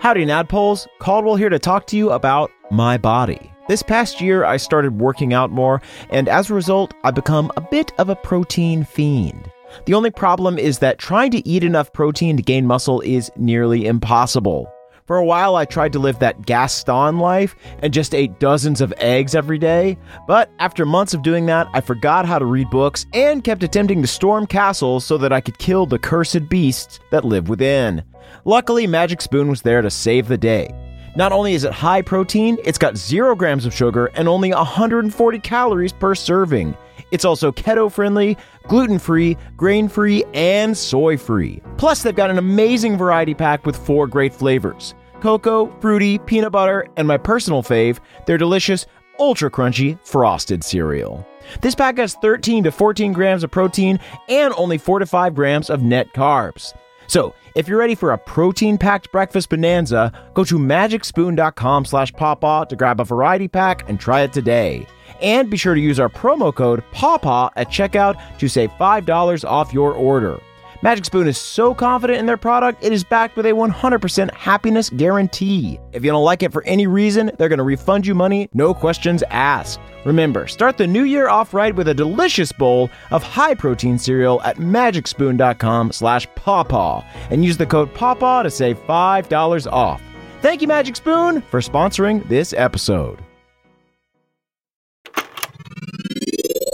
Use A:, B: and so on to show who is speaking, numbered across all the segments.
A: Howdy, Nadpoles. Caldwell here to talk to you about my body. This past year, I started working out more, and as a result, I've become a bit of a protein fiend. The only problem is that trying to eat enough protein to gain muscle is nearly impossible. For a while, I tried to live that Gaston life and just ate dozens of eggs every day, but after months of doing that, I forgot how to read books and kept attempting to storm castles so that I could kill the cursed beasts that live within. Luckily, Magic Spoon was there to save the day. Not only is it high protein, it's got 0 grams of sugar and only 140 calories per serving. It's also keto friendly, gluten free, grain free, and soy free. Plus, they've got an amazing variety pack with four great flavors cocoa, fruity, peanut butter, and my personal fave, their delicious, ultra crunchy frosted cereal. This pack has 13 to 14 grams of protein and only 4 to 5 grams of net carbs. So, if you're ready for a protein-packed breakfast bonanza, go to magicspoon.com slash pawpaw to grab a variety pack and try it today. And be sure to use our promo code pawpaw at checkout to save $5 off your order. Magic Spoon is so confident in their product, it is backed with a 100% happiness guarantee. If you don't like it for any reason, they're going to refund you money, no questions asked. Remember, start the new year off right with a delicious bowl of high-protein cereal at magicspoon.com slash pawpaw and use the code pawpaw to save $5 off. Thank you, Magic Spoon, for sponsoring this episode.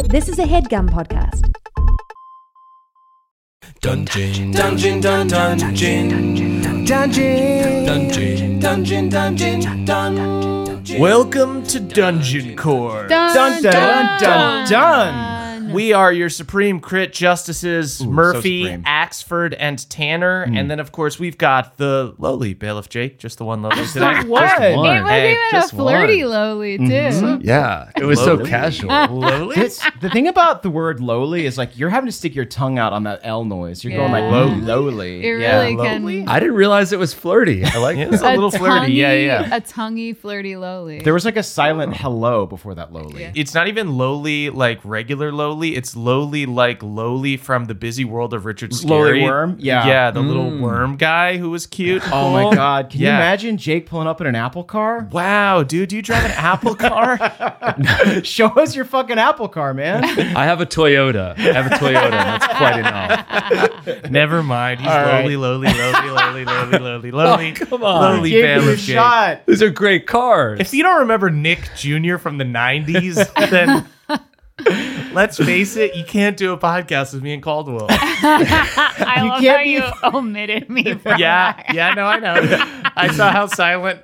B: This is a headgum podcast.
C: Dungeon, dungeon, dun, dungeon, dungeon, dungeon, dungeon, dungeon, dungeon.
D: Welcome to Dungeon Core.
A: Dun dun dun dun!
D: We are your Supreme Crit Justices, Murphy,
A: supreme. Hmm.
D: Axford, and Tanner. And then, of course, we've got the lowly Bailiff Jake, just the one lowly today.
A: What?
E: It was
D: one. Hey,
E: even a
D: just
E: flirty
D: Mm-hmm.
E: lowly too.
C: Yeah, it was so
D: Lowly.
C: casual.
D: Lowly?
A: the thing about the word lowly is like you're having to stick your tongue out on that L noise. You're going like
E: Yeah.
A: low, lowly.
E: It really can.
C: I didn't realize it was flirty. I like it.
D: It's a little flirty. Yeah,
E: tonguey-
D: yeah.
E: A tonguey flirty lowly.
A: There was like a silent hello before that lowly.
E: Yeah.
D: It's not even lowly like regular lowly. It's lowly like lowly from the busy world of Richard
A: Lowly
D: Scary.
A: worm? Yeah. Hmm.
D: yeah, the little worm guy who was cute. and
A: Oh my
D: cool.
A: god! Can you
D: Yeah.
A: imagine Jake pulling up in an Apple car?
D: Wow, dude, do you drive an Apple car?
A: Show us your fucking Apple car, man.
F: I have a Toyota. I have a Toyota. That's quite enough.
D: Never mind. He's
A: All right.
D: lowly, lowly, lowly, lowly, lowly, lowly, lowly.
F: Oh, come on.
D: Lowly
A: Give it a
D: bailiff Jake.
A: shot.
F: These are great cars.
D: If you don't remember Nick Jr. from the 90s, then let's face it, you can't do a podcast with me and Caldwell.
E: I
A: You
E: love
A: can't
E: how
A: be-
E: you omitted me from
D: Yeah,
E: that.
D: yeah, no, I know. I saw how silent.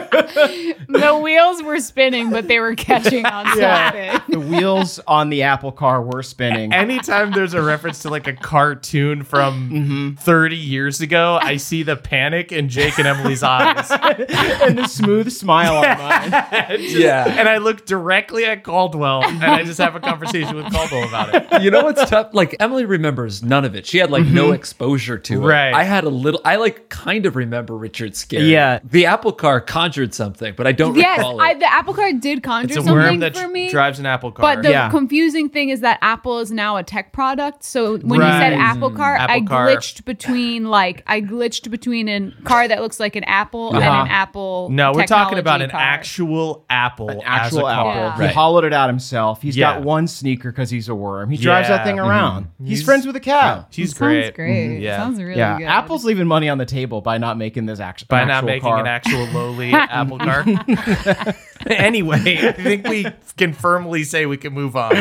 E: The wheels were spinning, but they were catching on something.
A: Yeah. The wheels on the Apple car were spinning.
D: Anytime there's a reference to like a cartoon from 30 years ago, I see the panic in Jake and Emily's eyes.
A: and the smooth smile on mine.
F: yeah.
D: And I look directly at Caldwell and I just have a conversation with Caldwell about it.
F: You know what's tough? Like Emily remembers none of it. She had like no exposure to it.
D: Mm-hmm. Right.
F: I had a little. I like kind of remember Richard Scarry.
A: Yeah.
F: The Apple Car conjured something, but I don't
E: Yes,
F: recall it.
E: I, the apple car did conjure
D: It's a
E: something
D: worm that
E: for me.
D: drives an apple car.
E: But the
A: Yeah.
E: confusing thing is that Apple is now a tech product. So when you
D: Right. Mm-hmm.
E: said Apple car,
D: Apple
E: I
D: car.
E: glitched between like I glitched between a car that looks like an apple and
A: Uh-huh.
E: an Apple.
D: No, we're talking
E: technology
D: about an
E: car.
D: actual apple.
A: An
D: as a
A: actual
D: car.
A: Apple.
E: Yeah.
A: He
F: Right.
A: hollowed it out himself. He's
D: Yeah.
A: got one sneaker because he's a worm. He drives that
D: Yeah. Mm-hmm.
A: thing around. He's,
D: He's-
A: friends with a cow.
D: She's
E: Sounds
D: great.
E: great.
D: Mhm. Yeah.
E: Sounds really
A: Yeah,
E: good.
A: Apple's leaving money on the table by not making this action.
D: By not making an actual lowly apple car. anyway, I think we can firmly say we can move on.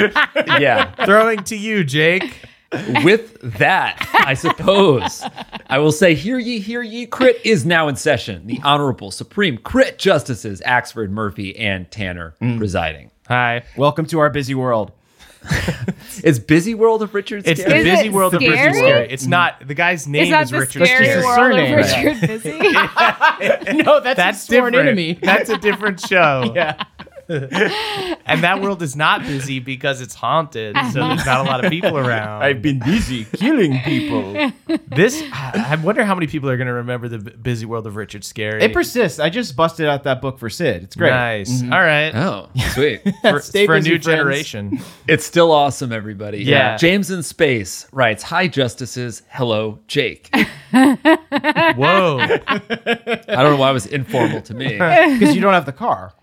F: yeah.
D: Throwing to you, Jake.
F: With that, I suppose I will say, Hear ye, hear ye, crit is now in session. The Honorable Supreme Crit Justices Axford, Murphy, and Tanner
D: Mm.
F: presiding.
D: Hi.
A: Welcome to our busy world.
F: It's Busy World of Richard
D: It's Mm-hmm.
F: Scarry.
D: the
E: Is
D: busy
E: it
D: world of
E: scary?
D: Richard Scary. It's not the guy's name
E: is
D: is,
E: that the
D: Richard
E: scary
A: Scarry.
D: Scary.
E: world of
A: Surname.
E: Richard Busy?
A: No, that's,
D: That's
A: his sworn
D: different.
A: enemy.
D: That's a different show.
A: yeah.
D: and that world is not busy because it's haunted, so there's not a lot of people around.
F: been busy killing people.
D: this, I I wonder how many people are going to remember the B- busy world of Richard Scarry.
A: It persists. I just busted out that book for Sid. It's great. Mm-hmm.
D: Nice. All right.
F: Oh, sweet.
D: For,
A: Stay
D: for a
A: busy,
D: new
A: friends.
D: generation.
F: It's still awesome, everybody.
D: Yeah.
F: James in Space writes Hi, Justices. Hello, Jake. I
D: Whoa.
F: don't know why it was informal to me.
A: Because you don't have the car.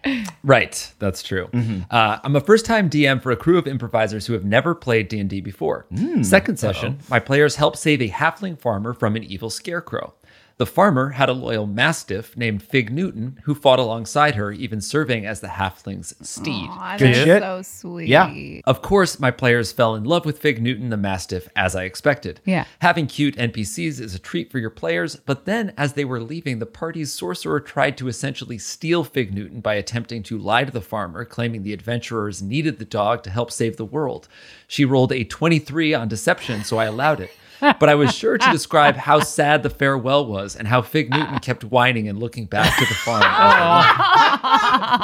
F: Right, that's true. Uh, I'm a first-time DM for a crew of improvisers who have never played D&D before. Second session, my players help save a halfling farmer from an evil scarecrow. The farmer had a loyal mastiff named Fig Newton who fought alongside her, even serving as the halfling's steed.
E: Aw,
A: Good
E: that's
A: shit.
E: so sweet.
A: Yeah.
F: Of course, my players fell in love with Fig Newton the Mastiff as I expected.
E: Yeah.
F: Having cute NPCs is a treat for your players, but then as they were leaving, the party's sorcerer tried to essentially steal Fig Newton by attempting to lie to the farmer, claiming the adventurers needed the dog to help save the world. She rolled a 23 on deception, so I allowed it. But I was sure to describe how sad the farewell was and how Fig Newton kept whining and looking back to the farm. as they left.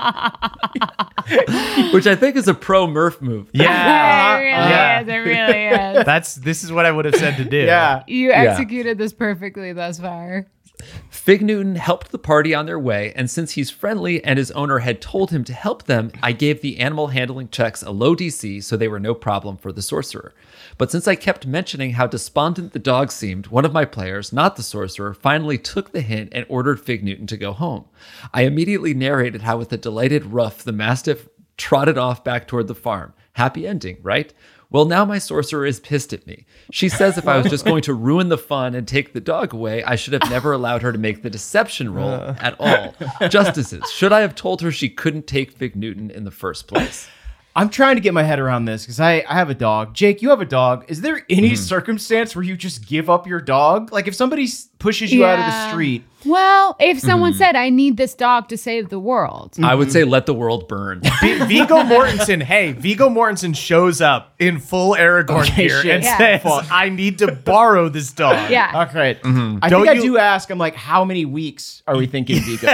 F: Which I think is a pro Murph move.
D: Yeah.
E: It
A: Uh,
E: really
D: Yeah.
E: is. It really is.
D: That's this is what I would have said to do.
A: Yeah.
E: You executed this perfectly thus far.
F: Fig Newton helped the party on their way, and since he's friendly and his owner had told him to help them, I gave the animal handling checks a low DC so they were no problem for the sorcerer. But since I kept mentioning how despondent the dog seemed, one of my players, not the sorcerer, finally took the hint and ordered Fig Newton to go home. I immediately narrated how, with a delighted ruff, the mastiff trotted off back toward the farm. Happy ending, right? Well, now my sorcerer is pissed at me. She says if I was just going to ruin the fun and take the dog away, I should have never allowed her to make the deception roll at all. Justices, should I have told her she couldn't take Fig Newton in the first place?
A: I'm trying to get my head around this because I, I have a dog. Jake, you have a dog. Is there any
D: Mm-hmm.
A: circumstance where you just give up your dog? Like if somebody s- pushes you out of the
E: Yeah.
A: street,
E: Well, if
A: Hmm.
E: someone said, I need this dog to save the world.
F: I would say let the world burn.
D: V- Vigo Mortensen, hey, Vigo Mortensen shows up in full Aragorn
A: Okay,
D: gear
A: shit.
D: and
E: Yeah.
D: says, "I need to borrow this dog."
E: Yeah.
A: okay. I
D: Mm-hmm. Don't
A: think
D: you-
A: I do ask. I'm like, how many weeks are we thinking, Vigo?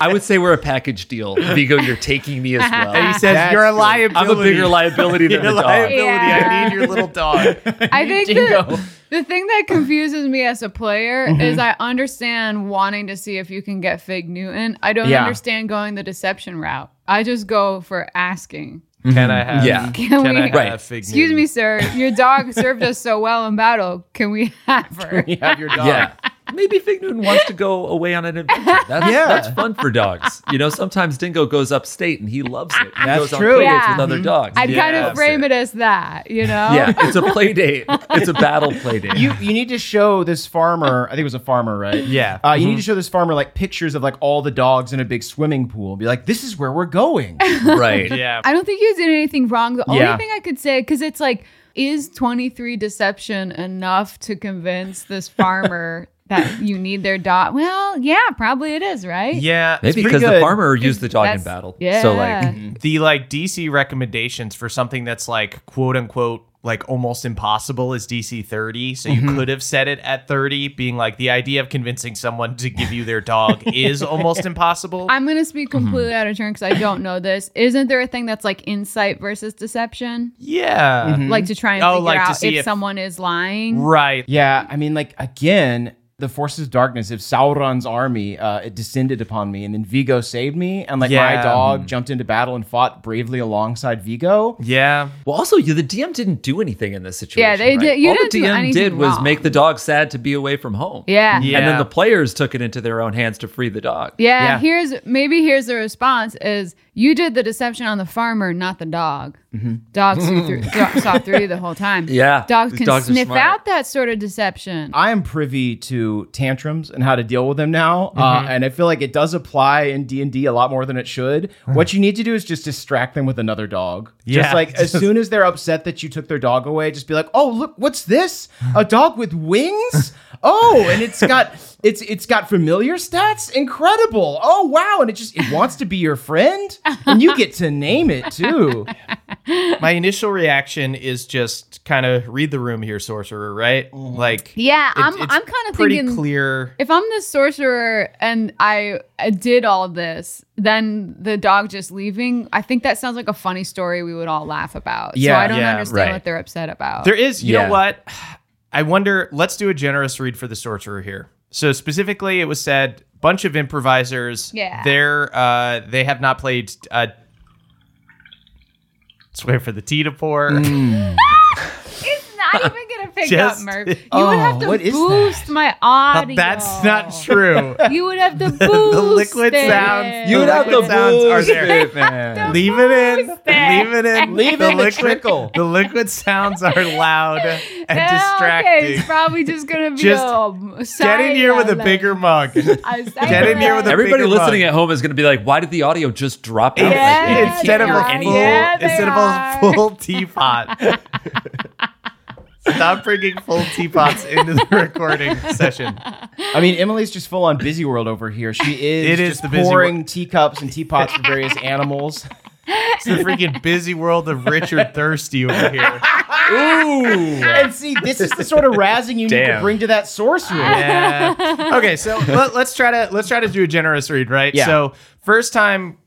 F: I would say we're a package deal. Vigo, you're taking me as
D: And he
E: Ah.
F: well.
D: says,
A: That's
D: "You're a
A: good.
F: I'm
D: liability.
F: a bigger liability than
D: You're
F: the
D: a
F: dog.
D: liability. I
E: Yeah.
D: need your little dog."
E: I think the, the thing that confuses me as a player is
A: Mm-hmm.
E: I understand wanting to see if you can get Fig Newton. I don't
A: Yeah.
E: understand going the deception route. I just go for asking.
D: Can I have?
F: Yeah.
E: Can
D: Can I
E: we-
D: have
F: Right.
D: Fig
E: Excuse me, sir. Your dog served us so well in battle. Can we have her?
A: you have your dog.
F: Yeah. Maybe Fig Newton wants to go away on an adventure. That's, that's fun for dogs. You know, sometimes Dingo goes upstate and he loves it. He
A: That's
F: goes
A: true.
F: on play dates
E: Yeah.
F: with
D: Mm-hmm.
F: other dogs.
E: I'd kind
D: Yeah.
E: of frame it as that, you know?
F: Yeah, it's a play date. It's a battle play date.
A: You you need to show this farmer. I think it was a farmer, right?
D: Yeah. Mm-hmm.
A: Uh, you need to show this farmer like pictures of like all the dogs in a big swimming pool and be like, this is where we're going.
F: right.
D: Yeah.
E: I don't think you did anything wrong. The
A: Yeah.
E: only thing I could say, because it's like, is 23 deception enough to convince this farmer that you need their dog? Well, yeah, probably it is, right?
D: Yeah. it's
F: Maybe
D: pretty
F: because the
D: good.
F: farmer used the dog in
E: That's-
F: battle.
E: Yeah.
F: So like
D: the like DC recommendations for something that's like quote unquote like almost impossible is DC 30. So you could have said it at 30, being like the idea of convincing someone to give you their dog is almost impossible.
E: I'm going to speak completely out of turn because I don't know this. Isn't there a thing that's like insight versus deception?
D: yeah.
E: Like to try and
D: Oh,
E: figure
D: like to
E: out
D: see
E: if,
D: if-
E: someone is lying?
D: Right.
A: yeah. I mean, like again, the forces of darkness. If Sauron's army uh, it descended upon me, and then Vigo saved me, and like
D: Yeah. Hmm.
A: my dog jumped into battle and fought bravely alongside Vigo.
D: Yeah.
F: well also you the DM didn't do anything in this situation.
E: Yeah, they
F: right?
E: did- you
F: All
E: didn't
F: the
E: do
F: DM
E: anything
F: did was
E: wrong.
F: make the dog sad to be away from home.
E: Yeah.
D: Yeah.
F: And then the players took it into their own hands to free the dog.
E: Yeah,
A: Yeah.
E: here's maybe here's the response is you did the deception on the farmer, not the dog. Dogs see through, dog saw through you the whole time.
F: Yeah,
E: dogs
F: these
E: can
F: dogs are
E: sniff
F: smart.
E: out that sort of deception.
A: I am privy to tantrums and how to deal with them now,
D: Mm-hmm.
A: uh, and I feel like it does apply in D and D a lot more than it should. What you need to do is just distract them with another dog.
D: Yeah.
A: Just like as soon as they're upset that you took their dog away, just be like, "Oh, look, what's this? A dog with wings? Oh, and it's got it's it's got familiar stats. Incredible! Oh, wow! And it just it wants to be your friend, and you get to name it too.
D: my initial reaction is just kind of read the room here, sorcerer. Right? Like,
E: Yeah,
D: it-
E: I'm.
D: it's
E: I'm kind of
D: pretty
E: thinking.
D: clear.
E: If I'm the sorcerer and I I did all this, then the dog just leaving, I think that sounds like a funny story we would all laugh about.
D: Yeah,
E: so I don't
D: yeah,
E: understand
F: right.
E: what they're upset about.
D: There is, you
F: Yeah.
D: know what? I wonder. Let's do a generous read for the sorcerer here. So specifically, it was said bunch of improvisers.
E: Yeah.
D: they're uh, they have not played. Uh, swear for the tea to pour.
E: it's not even gonna pick
D: Just-
E: up, Murph. You would have to
A: what is
E: boost my audio.
D: That's not true.
E: You would have to boost
D: the liquid
E: it.
D: sounds.
A: You
D: the
A: would have
D: liquid
A: to
D: sounds are there.
A: man.
D: Leave it in. Leave
E: boost it.
D: it in.
A: Leave
D: the
A: it in the trickle.
D: The liquid sounds are loud and
E: Yeah, Oh, Okay,
D: distracting.
E: it's probably just gonna be
D: Just
E: um,
D: Get in here with a bigger mug.
E: Get
D: in here with a-
F: Everybody
D: bigger
F: listening
D: mug.
F: at home is going to be like, why did the audio just drop out?
E: Yeah,
F: like, that?
D: instead of
E: they
D: a
E: are.
D: full
E: Yeah, they
D: instead
E: are.
D: of a full teapot. Stop bringing full teapots into the recording session.
A: I mean, Emily's just full on busy world over here. She is.
D: It is
A: just
D: the busy
A: pouring teacups and teapots for various animals.
D: It's the freaking busy world of Richard Thirsty over here.
A: And see, this is the sort of razzing you need to
F: Damn.
A: bring to that sorcerer.
D: Yeah. Okay, so let, us try to let's try to do a generous read, right?
A: Yeah.
D: So first time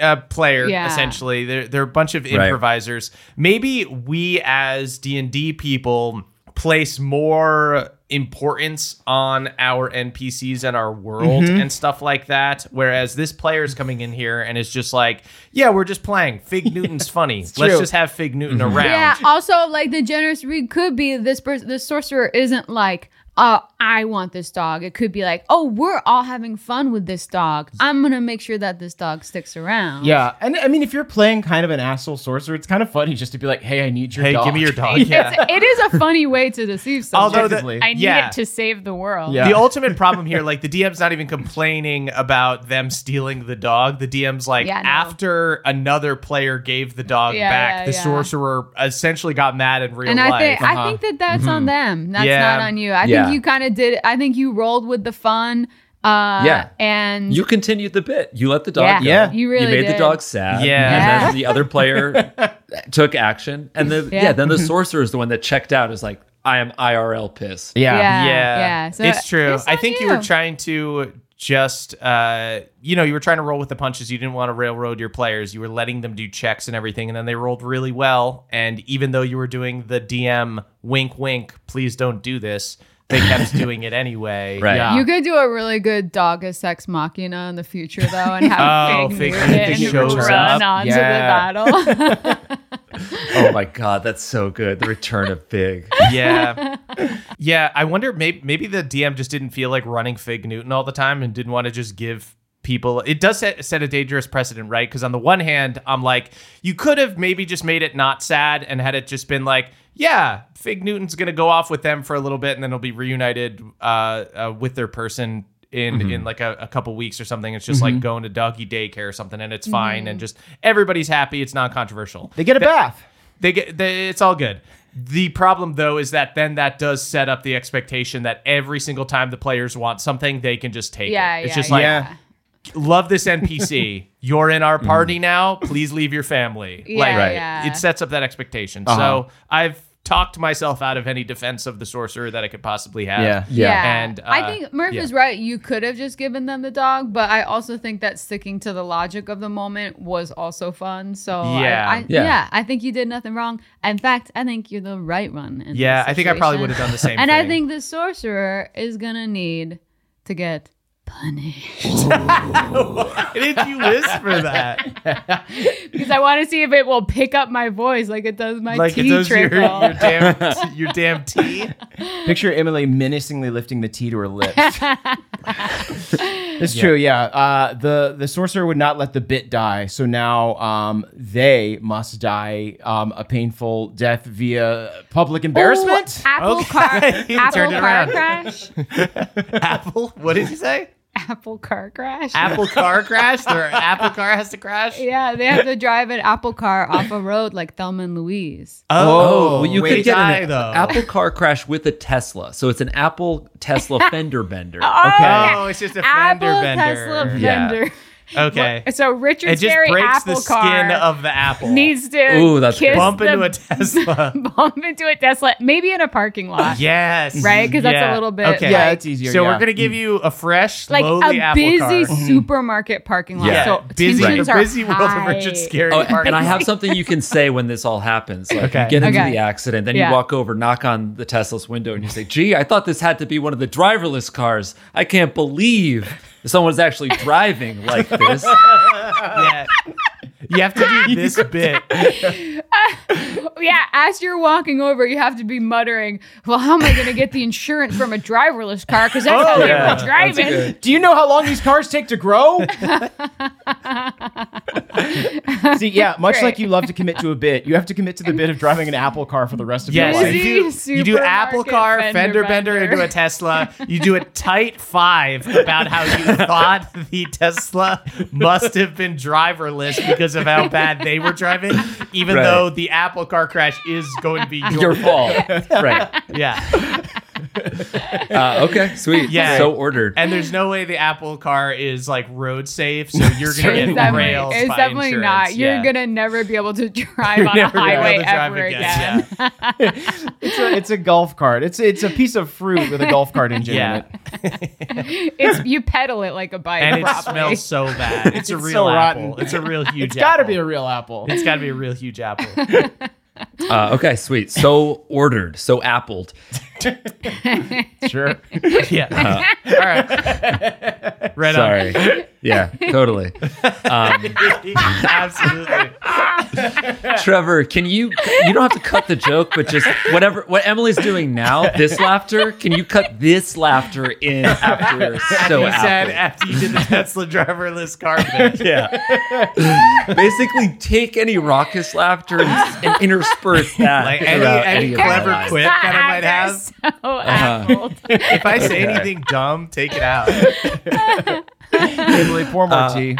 D: uh, player,
E: Yeah.
D: essentially, they're they're a bunch of improvisers. Maybe we as D and D people place more importance on our NPCs and our world
A: Mm-hmm.
D: and stuff like that. Whereas this player is coming in here and is just like, yeah, we're just playing. Fig Newton's funny. Let's
A: true. Mm-hmm.
D: just have Fig Newton around.
E: Yeah. Also, like the generous read could be this person, the sorcerer isn't like, uh, I want this dog. It could be like, oh, we're all having fun with this dog. I'm gonna make sure that this dog sticks around.
A: Yeah, and I mean, if you're playing kind of an asshole sorcerer, it's kind of funny just to be like, "Hey, I need your
D: Hey,
A: dog."
D: give me your dog.
E: It's, it is a funny way to deceive someone.
D: Although the-
E: I need
D: yeah.
E: it to save the world.
A: Yeah.
D: The ultimate problem here, like the DM's not even complaining about them stealing the dog. The DM's like,
E: Yeah, no.
D: after another player gave the dog
E: Yeah,
D: back, the
E: yeah, yeah.
D: sorcerer essentially got mad in real
E: And
D: life. Uh-huh.
E: I think I think that that's on them. That's
D: Yeah.
E: not on you. I
F: Mm-hmm. Yeah.
E: think you kind of did. I think you rolled with the fun. Uh,
F: Yeah.
E: And
F: You continued the bit. You let the dog
E: Yeah.
F: go.
E: Yeah. You really
F: made the
E: did.
F: dog sad.
D: Yeah.
F: And then the other player took action. And the yeah.
E: Yeah.
F: then the sorcerer is the one that checked out is like, I am IRL pissed.
A: Yeah.
E: yeah,
D: yeah,
E: yeah. So
D: it's true. I
E: on
D: think you. were trying to just, uh, you know, you were trying to roll with the punches. You didn't want to railroad your players. You were letting them do checks and everything, and then they rolled really well. And even though you were doing the DM wink, wink, please don't do this, they kept doing it anyway.
F: Right.
A: Yeah.
E: You could do a really good dog as sex machina in the future, though, and
D: Oh,
E: have
D: Fig
E: Fig
D: Newton
E: Newton
D: shows up.
E: run onto
A: Yeah.
E: the battle.
F: Oh my God, that's so good. The return of Big.
D: yeah yeah i wonder maybe maybe the dm just didn't feel like running fig newton all the time and didn't want to just give people it does set, set a dangerous precedent right because on the one hand i'm like you could have maybe just made it not sad and had it just been like yeah fig newton's gonna go off with them for a little bit and then he'll be reunited uh, uh with their person in in like a, a couple weeks or something it's just like going to doggy daycare or something and it's fine and just everybody's happy it's not controversial
A: They get a bath.
D: they get they, it's all good the problem though is that then that does set up the expectation that every single time the players want something they can just take
E: Yeah,
D: it it's
E: yeah,
D: just like
A: yeah.
D: love this npc you're in our party now please leave your family
E: Yeah,
D: like
E: Right. yeah.
D: it sets up that expectation so i've talked myself out of any defense of the sorcerer that i could possibly have
A: Yeah.
F: Yeah.
D: And, uh,
E: I think Murph
D: yeah.
E: is right. You could have just given them the dog, but I also think that sticking to the logic of the moment was also fun. So I-
D: Yeah.
E: I,
F: Yeah.
E: yeah. I think you did nothing wrong. In fact, I think you're the right one. in
D: yeah
E: this
D: i think i probably
E: situation.
D: would have done the same
E: And
D: thing.
E: I think the sorcerer is gonna need to get punished
D: Why did you whisper that
E: because I want to see if it will pick up my voice like it does my
D: like
E: tea
D: it does your, your
E: trickle.
D: damn your damn tea
A: Picture Emily menacingly lifting the tea to her lips. it's true, yeah. Uh, the the sorcerer would not let the bit die, so now um, they must die um, a painful death via public embarrassment.
E: Ooh, apple
D: Okay.
E: car,
D: You
E: apple
D: turned it
E: car
D: around.
E: crash.
D: apple what did you say
E: Apple car crash.
D: Apple car crash? Their Apple car has to crash?
E: yeah, they have to drive an apple car off a road like Thelma and Louise.
F: Oh, well, you could get
D: die,
F: an
D: though.
F: Apple car crash with a Tesla. So it's an Apple Tesla fender bender.
E: Oh,
D: Oh, it's just a fender
E: apple
D: bender.
E: Tesla
F: Yeah.
E: fender.
D: Okay.
E: So Richard's
D: it just
E: very
D: breaks
E: apple
D: the
E: car
D: skin of the apple.
E: needs to
F: Ooh, that's
E: kiss
F: good.
D: bump
E: the-
D: into a Tesla.
E: bump into a Tesla, maybe in a parking lot.
D: yes.
E: Right? 'Cause that's a little bit,
D: Okay.
E: Yeah,
A: it's easier,
D: So
A: yeah.
D: we're gonna give you a fresh,
E: Like
D: lowly
E: a
D: apple
E: busy
D: car.
E: supermarket parking lot.
D: Yeah.
E: So
D: busy,
E: tensions
D: a
E: are
D: busy world of Richard
E: high.
D: Scarry.
F: Oh,
D: Park.
F: and I have something you can say when this all happens. Like,
D: Okay.
F: You get into
E: Okay.
F: the accident, then
E: Yeah.
F: you walk over, knock on the Tesla's window, and you say, "Gee, I thought this had to be one of the driverless cars. I can't believe someone's actually driving like this."
D: yeah. You have to do this bit.
E: Oh, Yeah, as you're walking over, you have to be muttering, "Well, how am I going to get the insurance from a driverless car? Because
D: Oh,
E: that's how
F: yeah,
E: they were driving."
A: Do you know how long these cars take to grow? See, yeah, much
E: Great.
A: like you love to commit to a bit, you have to commit to the bit of driving an Apple car for the rest of
D: Yes,
A: your life.
E: Busy
D: you do, you do apple
E: supermarket
D: car,
E: fender
D: fender, bender,
E: bender.
D: into a Tesla. You do a tight five about how you thought the Tesla must have been driverless because of how bad they were driving, even
F: Right.
D: though the apple car crash is going to be your,
F: Your fault, right?
D: Yeah.
F: Uh, okay, sweet.
D: Yeah.
F: so ordered.
D: And there's no way the apple car is like road safe, so you're going to
E: It's
D: get
E: definitely,
D: rails.
E: it's
D: by
E: definitely
D: insurance.
E: not. You're
D: Yeah.
E: gonna never be able to drive on a
D: Never gonna be able
E: highway
D: to drive
E: ever again.
D: Yeah.
A: It's a, it's a golf cart. It's it's a piece of fruit with a golf cart engine
D: Yeah.
A: in it.
E: It's you pedal it like a bike.
D: And it
E: probably.
D: smells so bad. It's, a
A: It's
D: real
A: so
D: apple.
A: rotten.
D: It's a real huge
A: It's got to
D: apple.
A: be a real apple.
D: It's got to be a real huge apple.
F: Uh, okay, sweet. So ordered. So appled.
A: Sure.
D: Yeah. All right. Right
F: Sorry. Yeah, totally.
D: on. Absolutely.
F: Trevor, can you? You don't have to cut the joke, but just whatever what Emily's doing now. This laughter. Can you cut this laughter in after so
D: he said
F: apple?
D: after you did the Tesla driverless car bit.
F: Yeah. Basically, take any raucous laughter and, and intersperse that.
D: Like any,
F: throughout
D: any
F: of our
D: clever
F: lives.
D: quip that I might have. Uh-huh.
E: So apple.
D: If I say anything dumb, take it out.
A: Emily, pour more tea.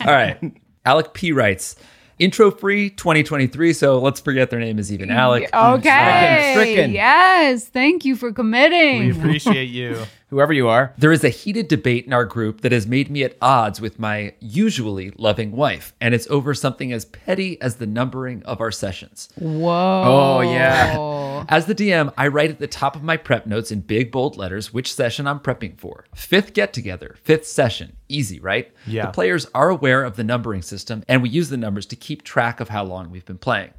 F: All right. Alec P writes. Intro free 2023, so let's forget their name is even Alec.
E: Okay.
A: stricken.
E: Yes. Thank you for
D: We
E: committing.
D: appreciate you.
A: Whoever you are.
F: There is a heated debate in our group that has made me at odds with my usually loving wife, and it's over something as petty as the numbering of our sessions.
E: Whoa.
A: Oh, yeah.
F: As the DM, I write at the top of my prep notes in big bold letters which session I'm prepping for. Fifth get together, fifth session. Easy, right?
D: Yeah.
F: The players are aware of the numbering system, and we use the numbers to keep track of how long we've been playing.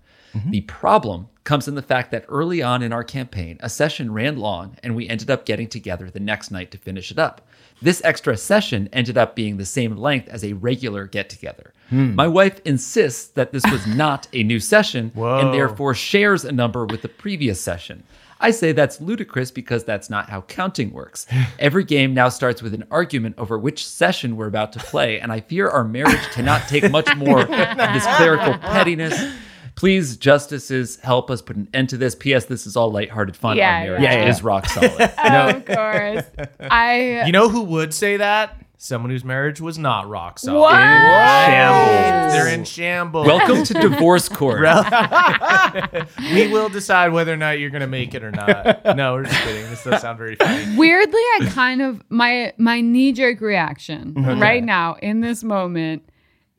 F: The problem comes in the fact that early on in our campaign, a session ran long, and we ended up getting together the next night to finish it up. This extra session ended up being the same length as a regular get together. My wife insists that this was not a new session and therefore shares a number with the previous session. I say that's ludicrous because that's not how counting works. Every game now starts with an argument over which session we're about to play, and I fear our marriage cannot take much more of this clerical pettiness. Please, justices, help us put an end to this. P.S. This is all lighthearted fun.
E: Yeah,
F: our marriage
E: yeah, yeah.
F: is rock solid.
E: Of course. I.
D: You know who would say that? Someone whose marriage was not rock solid.
E: what?
F: Shambles.
D: They're in shambles.
F: Welcome to divorce court.
D: We will decide whether or not you're going to make it or not. No, we're just kidding. This does sound very funny.
E: Weirdly, I kind of my my knee jerk reaction right now in this moment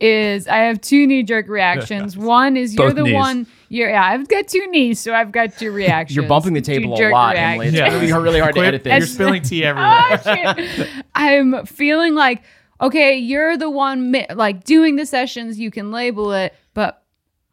E: is I have two knee jerk reactions. One is you're
F: Both
E: the
F: knees.
E: one. You're, yeah, I've got two knees, so I've got two reactions.
A: You're bumping the
E: Two
A: table a
E: jerk
A: lot, Emily. It's
E: reactions.
D: Yeah.
A: really, really hard to edit
D: Quit, you're
A: this.
D: spilling tea everywhere.
E: I'm feeling like okay, you're the one mi- like doing the sessions. You can label it, but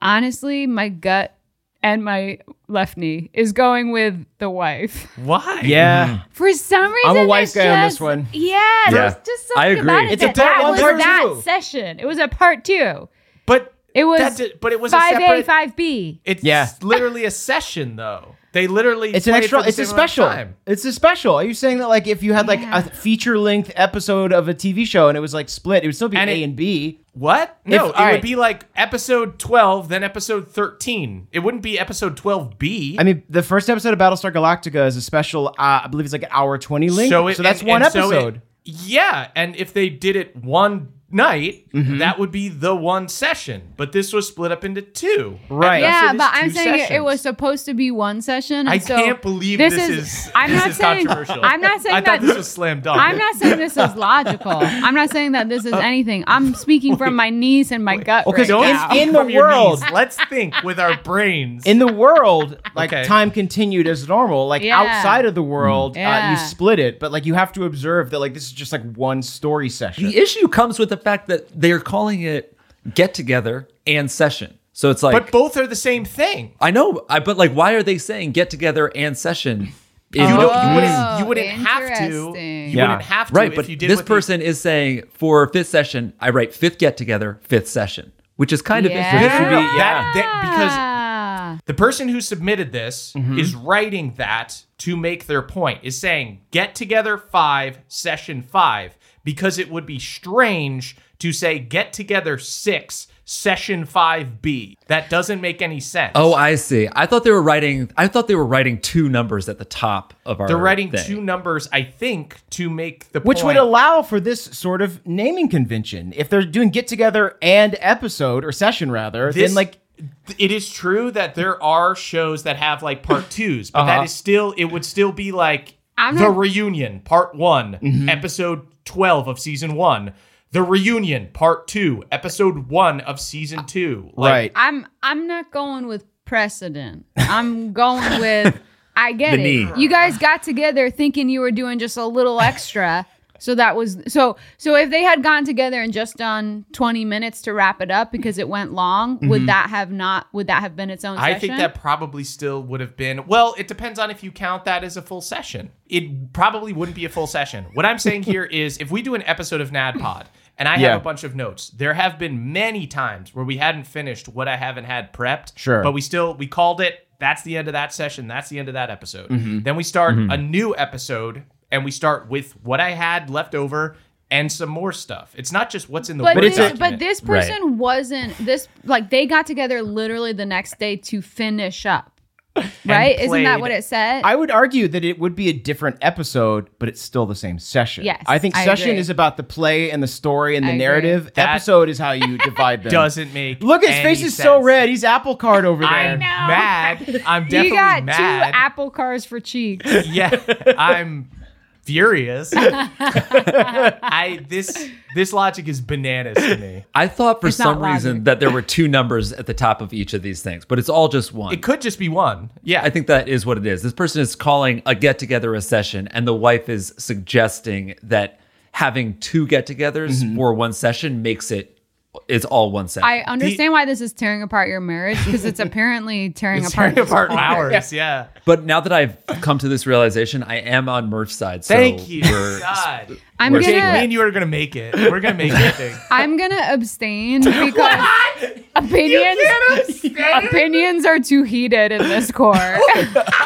E: honestly, my gut and my left knee is going with the wife.
D: Why? Mm-hmm.
A: Yeah.
E: For some reason,
A: I'm a wife
E: there's
A: guy on this
E: just-
A: one.
E: Yeah,
F: Yeah.
E: there's just something
F: I agree.
E: About it
A: It's a
E: that
A: part
E: that
A: one,
E: was
A: part
E: that
A: two.
E: session. It was a part two.
D: But
E: It was
D: that did- but it was a
E: five A,
D: separate-
E: five B.
D: It's
A: Yeah.
D: literally a session, though. They literally
A: It's an
D: played
A: extra.
D: for the
A: It's a
D: same amount of
A: special.
D: time.
A: It's a special. Are you saying that like if you had like a feature length episode of a TV show and it was like split, it would still be
D: And
A: A
D: it-
A: and B?
D: What? No,
A: If-
D: it
A: alright.
D: would be like episode 12, then episode 13. It wouldn't be episode 12B.
A: I mean, the first episode of Battlestar Galactica is a special. Uh, I believe it's like an hour twenty length. So,
D: it-
A: that's
D: and-
A: one
D: and so it-
A: episode.
D: yeah, and if they did it one night,
A: Mm-hmm.
D: that would be the one session. But this was split up into two.
G: Right.
D: And
E: Yeah,
D: thus it is
E: but I'm
D: two
E: saying it- it
D: sessions.
E: was supposed to be one session. and
D: I
E: so
D: can't believe this, is,
E: I'm
D: this
E: not
D: is
E: saying.
D: controversial.
E: I'm not saying
D: I
E: that.
D: thought this was slam dunk.
E: I'm not saying this is logical. I'm not saying that this is anything. I'm speaking from my knees and my gut.
G: Okay,
E: right
G: so
E: now.
A: in-
D: From
A: the
D: your
A: world.
D: knees. Let's think with our brains.
A: in the world, like
D: Okay.
A: time continued as normal. Like
E: Yeah.
A: outside of the world, uh,
E: Yeah.
A: you split it, but like you have to observe that like this is just like one story session.
F: The issue comes with the fact that they're calling it get together and session. So it's like
D: but both are the same thing.
F: I know, I, but like, why are they saying get together and session? If you
D: You,
F: don't-
D: don't, you
E: Oh,
D: wouldn't. You wouldn't have to. You
E: interesting.
D: wouldn't have to.
F: right,
D: if
F: but
D: you did
F: this
D: what they-
F: person is saying for fifth session, I write fifth get together, fifth session, which is kind
E: Yeah.
F: of
E: This
D: Yeah,
E: would
F: interesting.
D: that- that- because
E: Ah.
D: The person who submitted this is writing that to make their point, is saying get together five, session five, because it would be strange to say get together six, session five B. That doesn't make any sense.
F: Oh, I see. I thought they were writing. I thought they were writing two numbers at the top of our.
D: they're writing
F: thing.
D: two numbers, I think, to make the
A: Which would
D: point.
A: allow for this sort of naming convention. If they're doing get together and episode or session rather,
D: This-
A: then like
D: it is true that there are shows that have like part twos, but that
A: Uh-huh.
D: is still it would still be like
E: I'm
D: the
E: not-
D: reunion part one,
A: Mm-hmm.
D: episode twelve of season one. The reunion part two, episode one of season two. Like,
A: right.
E: I'm I'm not going with precedent. I'm going with I get
F: The
E: it.
F: need.
E: You guys got together thinking you were doing just a little extra. So that was so so if they had gone together and just done 20 minutes to wrap it up because it went long, would that have not would that have been its own
D: Mm-hmm. I
E: session?
D: think that probably still would have been. Well, it depends on if you count that as a full session. It probably wouldn't be a full session. What I'm saying here is if we do an episode of NADPOD and I
A: Yeah.
D: have a bunch of notes, there have been many times where we hadn't finished what I haven't had prepped.
A: Sure.
D: But we still, we called it. That's the end of that session. That's the end of that episode.
E: Mm-hmm.
D: Then we start a new episode and we start with what I had left over and some more stuff. It's not just what's in the
E: but,
D: Word
E: this,
D: document.
E: but this
F: Right.
E: person wasn't this like they got together literally the next day to finish up. Right? Isn't that
D: played-
E: what it said?
A: I would argue that it would be a different episode, but it's still the same session.
E: Yes,
A: I think
E: I
A: session
E: agree.
A: is about the play and the story and the
E: I agree.
A: narrative.
D: That-
A: episode is how you divide them.
D: doesn't make
A: Look, his
D: any
A: face is so
D: sense.
A: red. He's apple card over there.
D: I'm mad. I'm definitely
E: you got
D: mad.
E: two apple cars for cheeks.
D: yeah, I'm furious. I this this logic is bananas to me.
F: I thought for
E: It's not
F: some reason
E: logic.
F: that there were two numbers at the top of each of these things, but it's all just one.
D: It could just be one.
F: Yeah, I think that is what it is. This person is calling a get together a session, and the wife is suggesting that having two get togethers
D: Mm-hmm.
F: for one session makes it it's all one session.
E: I understand why this is tearing apart your marriage because it's apparently tearing apart.
D: Tearing apart hours. Yeah.
F: but now that I've come to this realization, I am on Murph's side. So
D: Thank you.
F: we're-
D: God.
E: I'm
F: We're
D: Jake, me
E: gonna
D: and you are gonna make it. We're gonna make it. I think.
E: I'm gonna abstain because opinions opinions are too heated in this court.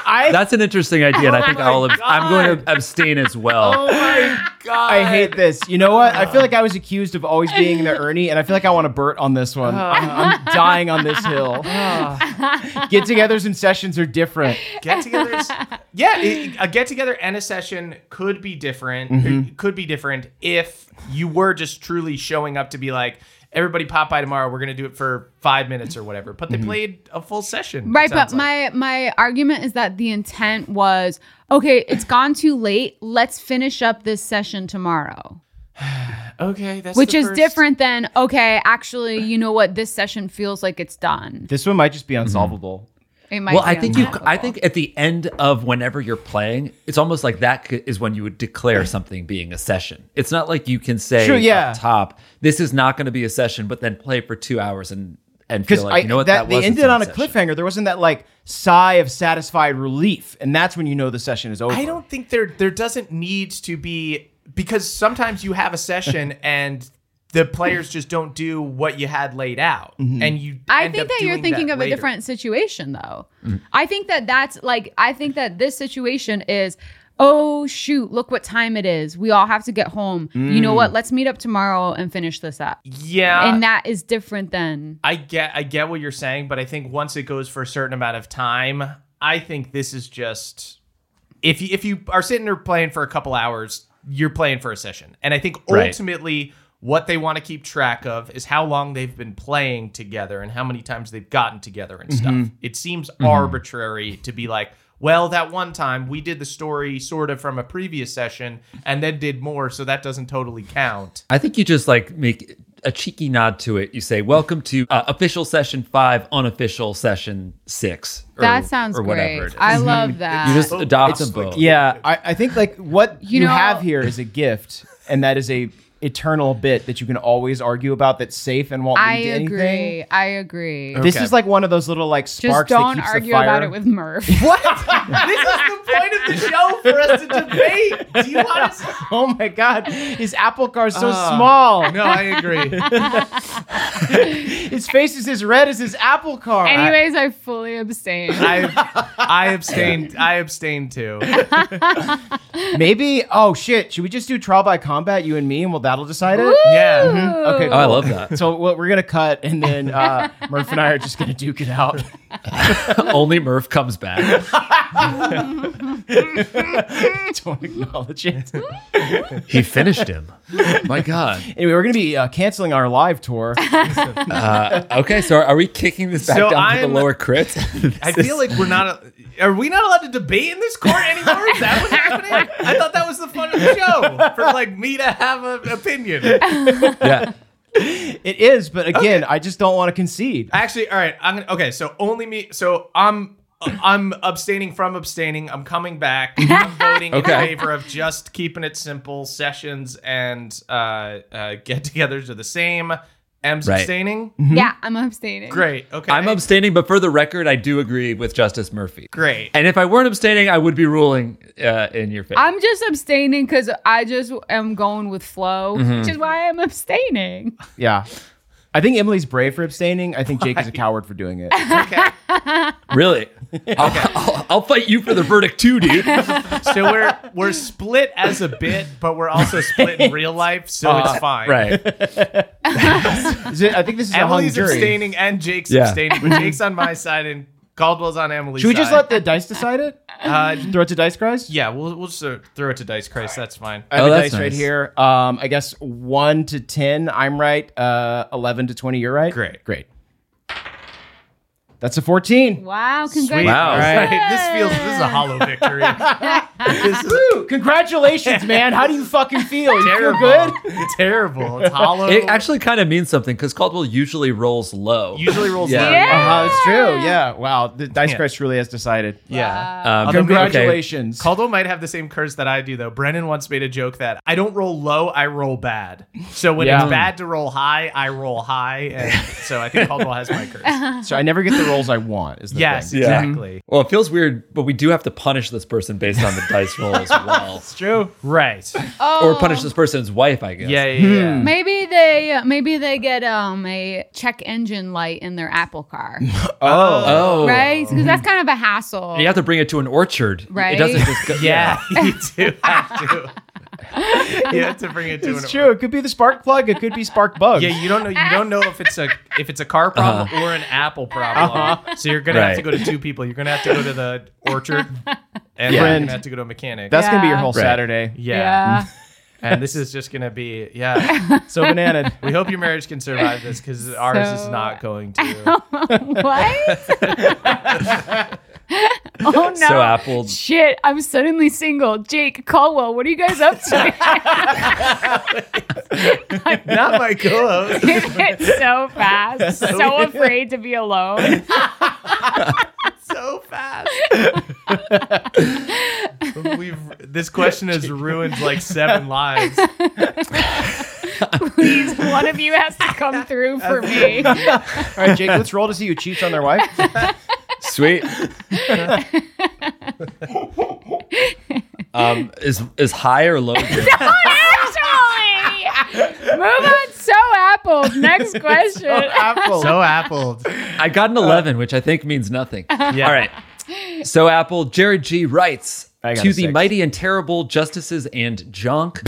F: That's an interesting idea, and I think I'll ab- I'm going to abstain as well.
D: my god.
A: I hate this. You know what? I feel like I was accused of always being the Ernie, and I feel like I want to Bert on this one. I'm, I'm dying on this hill.
D: Oh.
A: Get-togethers and sessions are different.
D: get-togethers. yeah, it, a get-together and a session could be different. It could be different if you were just truly showing up to be like, everybody pop by tomorrow. We're gonna do it for five minutes or whatever. But they played a full session. it
E: Right, but
D: sounds like.
E: my my argument is that the intent was okay. It's gone too late. Let's finish up this session tomorrow.
D: Okay, that's
E: Which
D: the
E: is
D: first-
E: different than okay. Actually, you know what? This session feels like it's done.
A: This one might just be unsolvable.
E: It might
F: Well,
E: be
F: I think you. I
E: unsolvable.
F: think at the end of whenever you're playing, it's almost like that c- is when you would declare something being a session. It's not like you can say
A: Sure, yeah.
F: up top, this is not going to be a session, but then play for two hours and and
A: Because
F: feel like you know what that,
A: that,
F: was.
A: they ended on a cliffhanger. There wasn't that like sigh of satisfied relief, and that's when you know the session is over.
D: I don't think there there doesn't need to be because sometimes you have a session and the players just don't do what you had laid out, and you.
E: I
D: end
E: think
D: up
E: that you're
D: doing
E: thinking
D: that
E: of
D: later. Mm-hmm.
E: a different situation, though. I think that that's like, I think that this situation is, oh, shoot, look what time it is. We all have to get home. You know what? Let's meet up tomorrow and finish this up.
D: Mm. Yeah,
E: and that is different than.
D: I get I get what you're saying, but I think once it goes for a certain amount of time, I think this is just if you if you are sitting there playing for a couple hours, you're playing for a session. And I think
F: Right.
D: ultimately What they want to keep track of is how long they've been playing together and how many times they've gotten together and stuff. It seems arbitrary to be like, well, that one time we did the story sort of from a previous session and then did more, so that doesn't totally count.
F: I think you just like make a cheeky nod to it. You say, "Welcome to uh, official session five, unofficial session six. or-
E: that sounds
F: or
E: great.
F: whatever it is.
E: I love that.
F: you just adopt them both.
A: Yeah, I, I think like what you,
E: You know-
A: have here is a gift, and that is a eternal bit that you can always argue about that's safe and won't lead
E: I
A: to
E: agree.
A: anything.
E: I agree.
A: This
H: Okay.
A: is like one of those little like
E: Just
A: sparks
E: don't
A: that keeps
E: argue
A: the fire.
E: about it with Murph.
D: this is the point of the show for us to debate. Do you want us to
A: oh my god, his apple car is so small.
H: No, I agree.
A: His face is as red as his apple car.
E: Anyways, I fully abstain.
D: I I abstained. I abstained too.
A: Maybe. Oh shit! Should we just do trial by combat, you and me, and well, that'll decide it.
D: Yeah.
A: Okay.
F: Oh, I love that.
A: So what we're gonna cut, and then uh, Murph and I are just gonna duke it out.
F: Only Murph comes back.
A: Don't acknowledge it.
H: He finished him.
F: My God.
A: Anyway, we're gonna be uh, canceling our live tour.
F: Uh, okay, so are we kicking this back
D: So
F: down to
D: I'm-
F: the lower crit?
D: I feel like we're not. Are we not allowed to debate in this court anymore? Is that what's happening? I thought that was the fun of the show for like me to have an opinion.
F: yeah.
A: It is, but again, I just don't want to concede.
D: Actually, all right. I'm gonna, okay. So only me. So I'm. I'm abstaining from abstaining. I'm coming back. I'm voting
F: Okay.
D: in favor of just keeping it simple. Sessions and uh, uh, get-togethers are the same. M's
F: Right.
D: abstaining.
A: Mm-hmm.
E: yeah, I'm abstaining.
D: Great. Okay.
F: I'm abstaining, but for the record, I do agree with Justice Murphy.
D: Great.
F: And if I weren't abstaining, I would be ruling uh, in your favor.
E: I'm just abstaining because I just am going with flow, which is why I'm abstaining.
A: Yeah. I think Emily's brave for abstaining. I think Jake is a coward for doing it.
F: really? I'll, I'll, I'll fight you for the verdict too, dude.
D: So we're we're split as a bit, but we're also split in real life, so it's fine.
F: right.
A: Is it- I think this is
D: Emily's
A: a hung jury.
D: abstaining and Jake's
F: Yeah.
D: abstaining, but Jake's on my side and Caldwell's on Emily's.
A: Should we just let
D: side.
A: the dice decide it?
D: Uh,
A: Throw it to dice, guys.
D: yeah, we'll we'll just uh, throw it to Dice Christ. That's fine.
A: I have
F: Oh,
A: a
F: that's
A: dice right
F: nice.
A: here. Um, I guess one to ten, I'm right. Uh, Eleven to twenty, you're right.
D: Great.
A: great. That's a fourteen.
E: Wow, congratulations.
F: Wow.
D: All right. This feels this is a hollow victory. This is
A: Woo! Congratulations, man. How do you fucking feel? You feel
D: terrible.
A: good?
D: Terrible. It's hollow.
F: It actually kind of means something because Caldwell usually rolls low.
D: usually rolls Uh,
F: Yeah.
D: down.
E: Yeah.
A: Uh-huh, it's true. Yeah. Wow. The dice
D: Yeah.
A: Christ really has decided.
D: Yeah.
F: Um, okay.
A: Congratulations.
D: Caldwell might have the same curse that I do, though. Brennan once made a joke that I don't roll low, I roll bad. So when
A: Yeah.
D: it's bad to roll high, I roll high. And so I think Caldwell has my curse.
A: So I never get the rolls I want. Is the
D: yes,
A: thing.
F: Yeah.
D: exactly.
F: Well, it feels weird, but we do have to punish this person based on the dice roll as well,
A: It's true.
D: Right.
E: Oh,
F: or punish this person's wife, I guess.
D: Yeah, yeah, yeah.
E: Maybe they uh, maybe they get um a check engine light in their Apple car,
A: Oh.
F: Oh.
E: right? Because that's kind of a hassle.
F: You have to bring it to an orchard. It
E: Right?
F: doesn't just go.
D: Yeah, you do have to. you have to bring it to
A: It's
D: an
A: true. It could be the spark plug. It could be spark bugs.
D: Yeah, you don't know. You don't know if it's a if it's a car problem or an Apple problem. So you're gonna have to
F: Uh-huh. Right.
D: go to two people. You're gonna have to go to the orchard, and you're
A: Friend.
D: gonna have to go to a mechanic.
A: That's gonna be your
E: Yeah.
A: whole
F: Right.
A: Saturday.
D: yeah. And this is just gonna be yeah.
A: So bananaed.
D: We hope your marriage can survive this because ours is
E: So-
D: not going to.
E: what? oh no!
F: So Apple.
E: Shit! I'm suddenly single. Jake Caldwell, what are you guys up to?
D: not my co-host.
E: it's so fast. So afraid to be alone.
D: So fast. We've this question has ruined like seven lives.
E: Please, one of you has to come through for me.
A: All right, Jake, let's roll to see who cheats on their wife.
F: Sweet. um, is is high or low?
E: Actually, move on. So apples. Next question.
A: Apple.
D: So appled.
F: I got an eleven, which I think means nothing.
D: Yeah.
F: Uh, All right. So Apple Jared G writes
A: I got
F: to
A: a
F: the
A: six.
F: mighty and terrible justices and junk.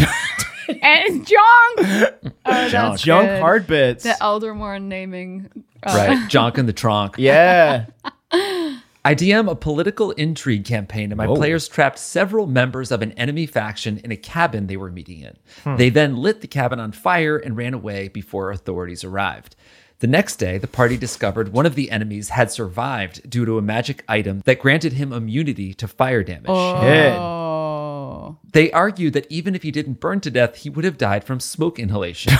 E: and Jong. Oh, that's
A: Junk
E: good.
A: hard bits.
E: The Eldermore naming. uh,
F: right, junk in the trunk.
A: yeah.
F: I DM a political intrigue campaign, and my
G: Whoa.
F: players trapped several members of an enemy faction in a cabin they were meeting in. They then lit the cabin on fire and ran away before authorities arrived. The next day, the party discovered one of the enemies had survived due to a magic item that granted him immunity to fire damage.
E: Oh.
F: They argued that even if he didn't burn to death, he would have died from smoke inhalation.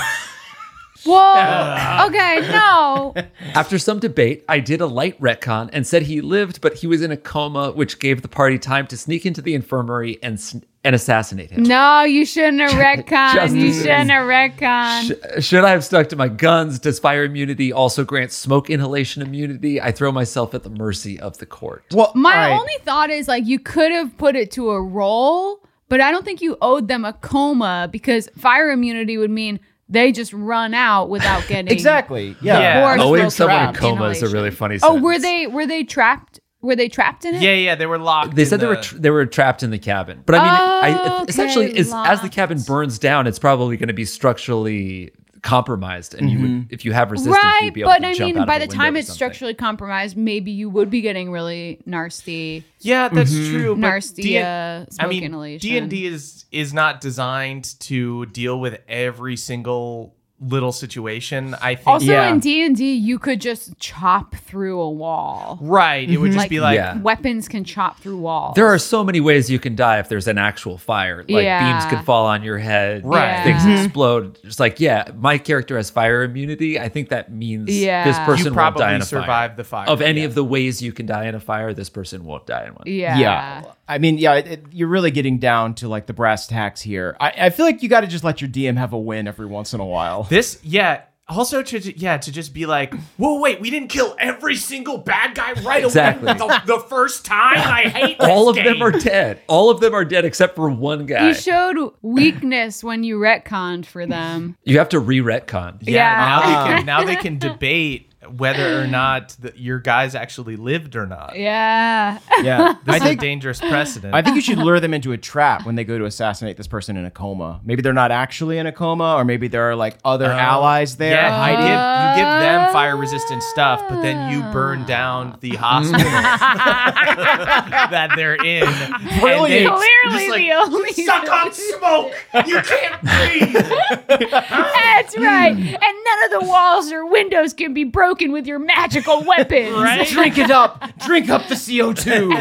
E: Whoa. Okay, no.
F: After some debate, I did a light retcon and said he lived, but he was in a coma, which gave the party time to sneak into the infirmary and sn- and assassinate him.
E: No, you shouldn't have retcon. You
F: Justice.
E: shouldn't have retcon.
F: Sh- should I have stuck to my guns? Does fire immunity also grant smoke inhalation immunity? I throw myself at the mercy of the court.
A: Well,
E: My
A: all right.
E: only thought is like you could have put it to a roll, but I don't think you owed them a coma because fire immunity would mean they just run out without getting
A: exactly. Yeah.
D: Yeah.
E: Or
A: Unless
E: Owing
A: they're
E: someone a
A: trapped.
E: co- inhalation.
F: funny.
E: Oh, were
F: sentence.
E: they were they trapped? Were they trapped in it?
D: Yeah, yeah, they were locked.
F: They
D: in
F: said they
D: the-
F: were tr they were trapped in the cabin, but I mean, I,
E: Oh, Okay,
F: essentially, is, as the
E: locked.
F: cabin burns down, it's probably going to be structurally compromised, and you would,
D: Mm-hmm.
F: if you have resistance,
E: Right,
F: you'd be able
E: but
F: to
E: I
F: jump
E: mean,
F: out
E: by
F: of a
E: the
F: window
E: time
F: or
E: it's
F: something.
E: structurally compromised, maybe you would be getting really nasty,
D: yeah, that's
F: Mm-hmm.
D: true. But
E: nasty uh, smoke
D: I mean,
E: inhalation.
D: D and D is is not designed to deal with every single little situation. I think.
E: Also,
A: Yeah.
E: in D and D, you could just chop through a wall.
D: Right. It would just
E: Like-
D: be like,
F: Yeah.
E: Weapons can chop through walls.
F: There are so many ways you can die if there's an actual fire. Like
E: Yeah.
F: beams could fall on your head,
D: Right.
F: Things
E: Yeah. Mm-hmm.
F: explode. Just like yeah, my character has fire immunity. I think that means
E: Yeah.
F: this person
D: you
F: won't die
D: probably
F: in a
D: survived
F: fire.
D: the fire.
F: Of any
D: yeah.
F: of the ways you can die in a fire, this person won't die in one.
E: Yeah.
A: Yeah. I mean, yeah, it, it- you're really getting down to like the brass tacks here. I, I feel like you got to just let your DM have a win every once in a while.
D: This, yeah. Also, to ju- yeah, to just be like, whoa, wait, we didn't kill every single bad guy right
F: Exactly.
D: away the, the first time. I hate this
F: All of
D: game.
F: them are dead. All of them are dead except for one guy.
E: You showed weakness when you retconned for them.
F: you have to re retcon.
D: Yeah.
E: Yeah.
D: Now, they can, now they can debate whether or not the, your guys actually lived or not.
E: Yeah.
A: Yeah.
D: This
A: I
D: is
A: think
D: a dangerous precedent.
A: I think you should lure them into a trap when they go to assassinate this person in a coma. Maybe they're not actually in a coma, or maybe there are like other allies there.
D: Oh. yeah, you
A: hiding.
D: give, you give them fire resistant stuff, but then you burn down the hospital that they're in. And
A: Brilliant.
D: they-
E: Clearly
D: just
E: the only
D: Suck on smoke. You can't breathe.
E: That's right.
D: Mm.
E: And none of the walls or windows can be broken with your magical weapons.
D: Right?
A: Drink it up. Drink up the CO2.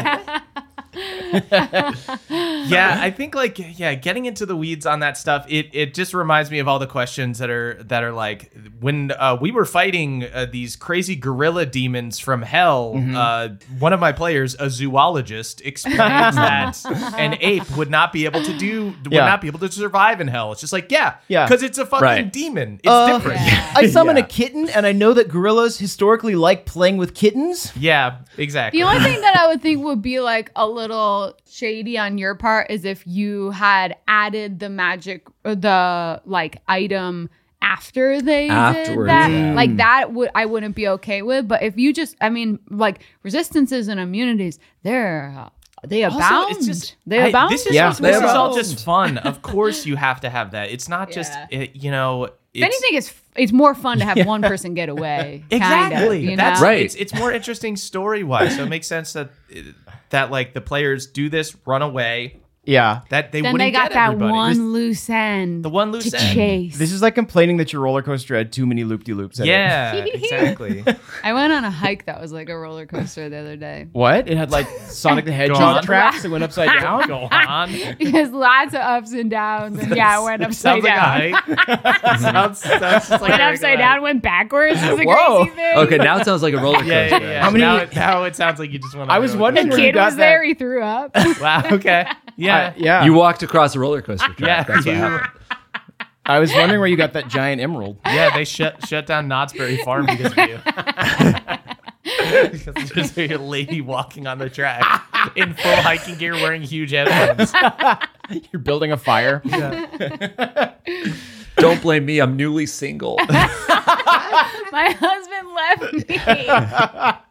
D: yeah i think like yeah getting into the weeds on that stuff it it just reminds me of all the questions that are that are like when uh, we were fighting uh, these crazy gorilla demons from hell
A: Mm-hmm.
D: uh, one of my players a zoologist experienced that an ape would not be able to do would
A: Yeah.
D: not be able to survive in hell it's just like yeah
A: Yeah.
D: because it's a fucking
F: Right.
D: demon it's
A: Uh,
D: different
A: I summon a kitten, and I know that gorillas historically like playing with kittens.
D: yeah exactly
E: The only thing that I would think would be like a little shady on your part is if you had added the magic, or the like item after they did
F: Afterwards,
E: that.
F: yeah.
E: Like that would I wouldn't be okay with. But if you just, I mean, like resistances and immunities, they're they
D: Also,
E: abound.
D: it's just-
E: they
D: I-
E: abound.
D: This is,
A: Yeah,
D: just-
F: they
D: this is all
F: abound.
D: just fun. Of course, you have to have that. It's not just
E: Yeah.
D: it, you know.
E: if
D: It's,
E: anything, it's it's more fun to have one person get away. kind of,
D: Exactly.
E: you
D: That's
E: know?
F: Right.
D: It's, it's more interesting story wise. So it makes sense that that like the players do this, run away.
A: Yeah.
D: That they
E: Then
D: wouldn't
E: they got
D: get
E: that
D: everybody.
E: one loose end.
D: the one loose
E: to
D: end.
E: chase.
A: This is like complaining that your roller coaster had too many loop de loops.
D: Yeah, exactly.
E: I went on a hike that was like a roller coaster the other day.
A: What? It had like Sonic the
D: on.
A: Hedgehog tracks that went upside down?
D: Go on.
E: There's lots of ups and downs. And yeah, I went upside
D: Sounds like a
E: down.
D: hike. sounds, sounds just like
E: went
D: a
E: upside
D: regular
E: down,
D: hike.
E: went backwards. Is a
A: Whoa.
E: crazy thing.
F: Okay, now it sounds like a roller coaster.
D: Yeah, yeah, yeah.
A: How many-
D: Now it, now it sounds like you just went.
A: I
D: on a
A: was
D: roller
A: wondering-
E: the
A: when you
E: kid
A: got
E: was
A: that-
E: there. He threw up.
D: coaster. Wow. Okay. Yeah.
A: Uh, yeah.
F: You walked across a roller coaster track.
D: Yeah,
F: That's what
D: you-
F: happened.
A: I was wondering where you got that giant emerald.
D: Yeah, they shut shut down Knott's Berry Farm because of you. because there's a lady walking on the track in full hiking gear, wearing huge headphones.
A: You're building a fire.
F: Don't blame me. I'm newly single.
E: My husband left me.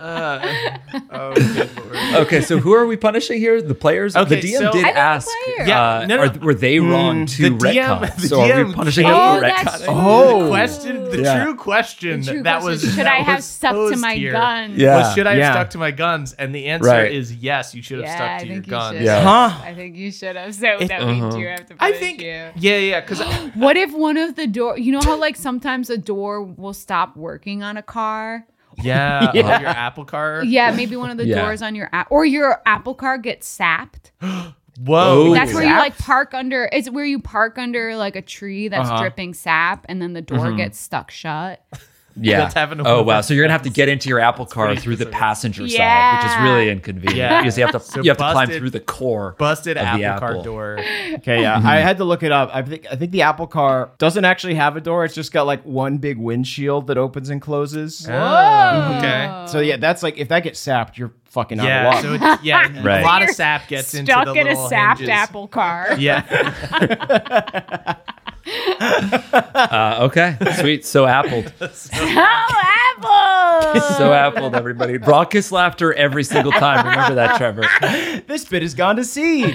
D: oh, good lord.
F: okay, so who are we punishing here? The players?
D: Okay,
F: the DM
D: so-
F: did
E: I know the
F: ask.
E: player.
D: Yeah,
F: uh,
D: no, no,
F: are-
D: no. Mm.
F: were they wrong to
D: the DM
F: retcon?
D: the
F: So are we
D: DM
F: punishing
D: came-
F: them
E: Oh,
F: for
E: that's
F: retconning?
E: true.
D: The
A: Oh.
D: question, the
F: Yeah.
D: true question
E: True
D: that
E: question.
D: was that
E: should I have
D: was
E: stuck to
D: posed
E: my
D: here
E: gun?
F: Yeah.
D: was, should I have
A: Yeah.
D: stuck to my guns? And the answer
F: Right.
D: is yes, you should have
E: Yeah,
D: stuck
E: I
D: to your
E: think you
D: guns.
E: should.
F: Yeah.
A: Huh?
E: I think you should have. So that means you have
D: Uh-huh.
E: to.
D: I
E: punish
D: think,
E: you.
D: yeah, yeah, because
E: What if one of the door? You know how like sometimes a door will stop working on a car.
D: yeah, yeah. your Apple car.
E: Yeah, maybe one of the
F: Yeah.
E: doors on your app or your Apple car gets sapped.
D: Whoa,
F: Oh.
E: That's where you
A: Sapped?
E: like park under. It's where you park under like a tree that's
A: Uh-huh.
E: dripping sap, and then the door
D: Mm-hmm.
E: gets stuck shut.
F: Yeah.
D: That's having a
F: oh
D: whole
F: wow. So you're gonna have to get into your Apple car
D: pretty
F: through the
D: specific.
F: passenger side, which is
E: Yeah.
F: really inconvenient
D: Yeah.
F: because you have to
D: So
F: you have to climb
D: busted-
F: through the core.
D: busted
F: Of the
D: Apple, car
F: Apple.
D: door.
A: Okay, yeah, I had to look it up. I think I think the Apple Car doesn't actually have a door. It's just got like one big windshield that opens and closes.
D: Oh, okay.
A: So yeah, that's like if that gets sapped, you're fucking out of
D: Yeah,
A: luck.
D: so it, yeah,
F: Right.
D: a lot of
E: You're
D: sap gets into
E: Stuck
D: the
E: in a
D: little
E: sapped
D: hinges.
E: Apple car.
D: Yeah,
F: Uh, okay. Sweet. So appled.
E: Oh, Apple!
F: so appled, everybody. Raucous laughter every single time. Remember that, Trevor.
A: this bit has gone to seed.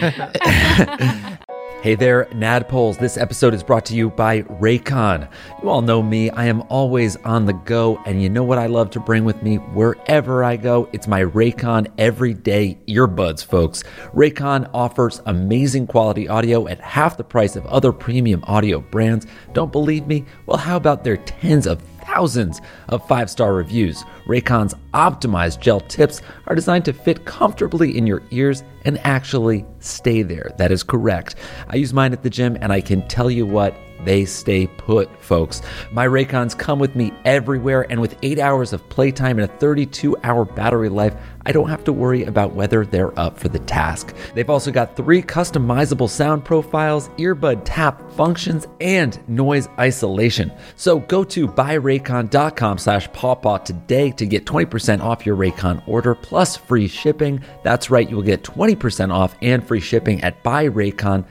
F: Hey there, Nadpoles. This episode is brought to you by Raycon. You all know me, I am always on the go, and you know what I love to bring with me wherever I go? It's my Raycon everyday earbuds, folks. Raycon offers amazing quality audio at half the price of other premium audio brands. Don't believe me? Well, how about their tens of thousands of five star reviews. Raycon's optimized gel tips are designed to fit comfortably in your ears and actually stay there. That is correct. I use mine at the gym and I can tell you what. They stay put, folks. My Raycons come with me everywhere, and with eight hours of playtime and a 32 hour battery life, I don't have to worry about whether they're up for the task. They've also got three customizable sound profiles, earbud tap functions, and noise isolation. So go to buyraycon.com slash pawpaw today to get 20% off your Raycon order plus free shipping. That's right, you'll get 20% off and free shipping at buyraycon.com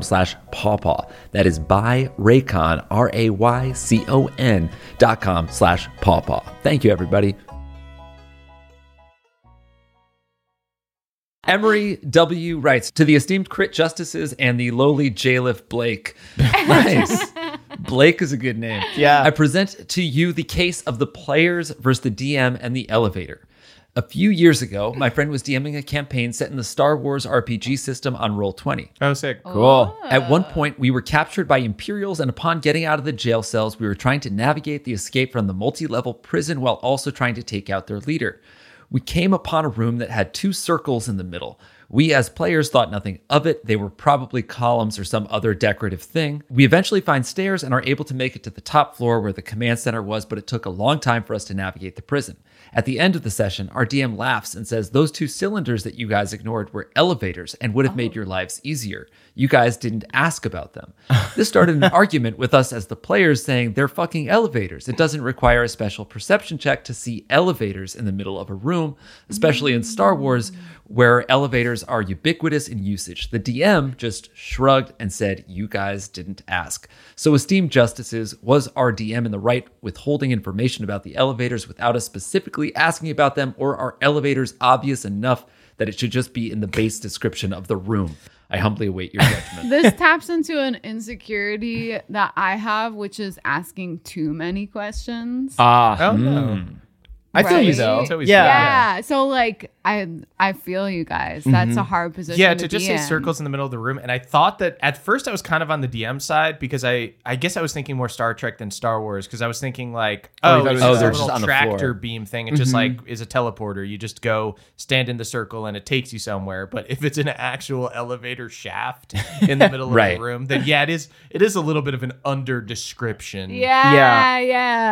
F: slash pawpaw. That is buyraycon, R-A-Y-C-O-N dot com slash pawpaw. Thank you, everybody. Emery W. writes to the esteemed crit justices and the lowly bailiff Blake. Nice. Blake is a good name.
A: Yeah.
F: I present to you the case of the players versus the DM and the elevator. A few years ago, my friend was DMing a campaign set in the Star Wars RPG system on Roll20.
D: oh sick.
F: Cool. At one point, we were captured by Imperials, and upon getting out of the jail cells, we were trying to navigate the escape from the multi level prison while also trying to take out their leader. We came upon a room that had two circles in the middle. We, as players, thought nothing of it. They were probably columns or some other decorative thing. We eventually find stairs and are able to make it to the top floor where the command center was, but it took a long time for us to navigate the prison. At the end of the session, our DM laughs and says, Those two cylinders that you guys ignored were elevators and would have made your lives easier. You guys didn't ask about them. This started an argument with us as the players saying, They're fucking elevators. It doesn't require a special perception check to see elevators in the middle of a room, especially in Star Wars, where elevators are ubiquitous in usage. The DM just shrugged and said, You guys didn't ask. So, esteemed justices, was our DM in the right withholding information about the elevators without us specifically asking about them, or are elevators obvious enough that it should just be in the base description of the room? I humbly await your judgment.
E: this taps into an insecurity that I have, which is asking too many questions.
A: Ah,
D: Oh,
F: Mm.
A: I feel you
E: Right.
A: though.
D: That's what we
A: yeah.
E: yeah. So like I I feel you guys. That's a hard position.
D: Mm-hmm. yeah, to
E: to,
D: just
E: be
D: say
E: in.
D: circles in the middle of the room. And I thought that at first I was kind of on the DM side because I, I guess I was thinking more Star Trek than Star Wars because I was thinking like,
A: Oh, you
D: oh,
A: thought it was
D: it's just
A: Star
D: a
A: Wars.
D: little
F: Just on the
D: tractor
F: floor. Mm-hmm.
D: beam thing. It just like is a teleporter. You just go stand in the circle and it takes you somewhere. But if it's an actual elevator shaft in the middle
F: Right.
D: of the room, then yeah, it is it is a little bit of an under description.
E: Yeah,
A: Yeah.
E: yeah.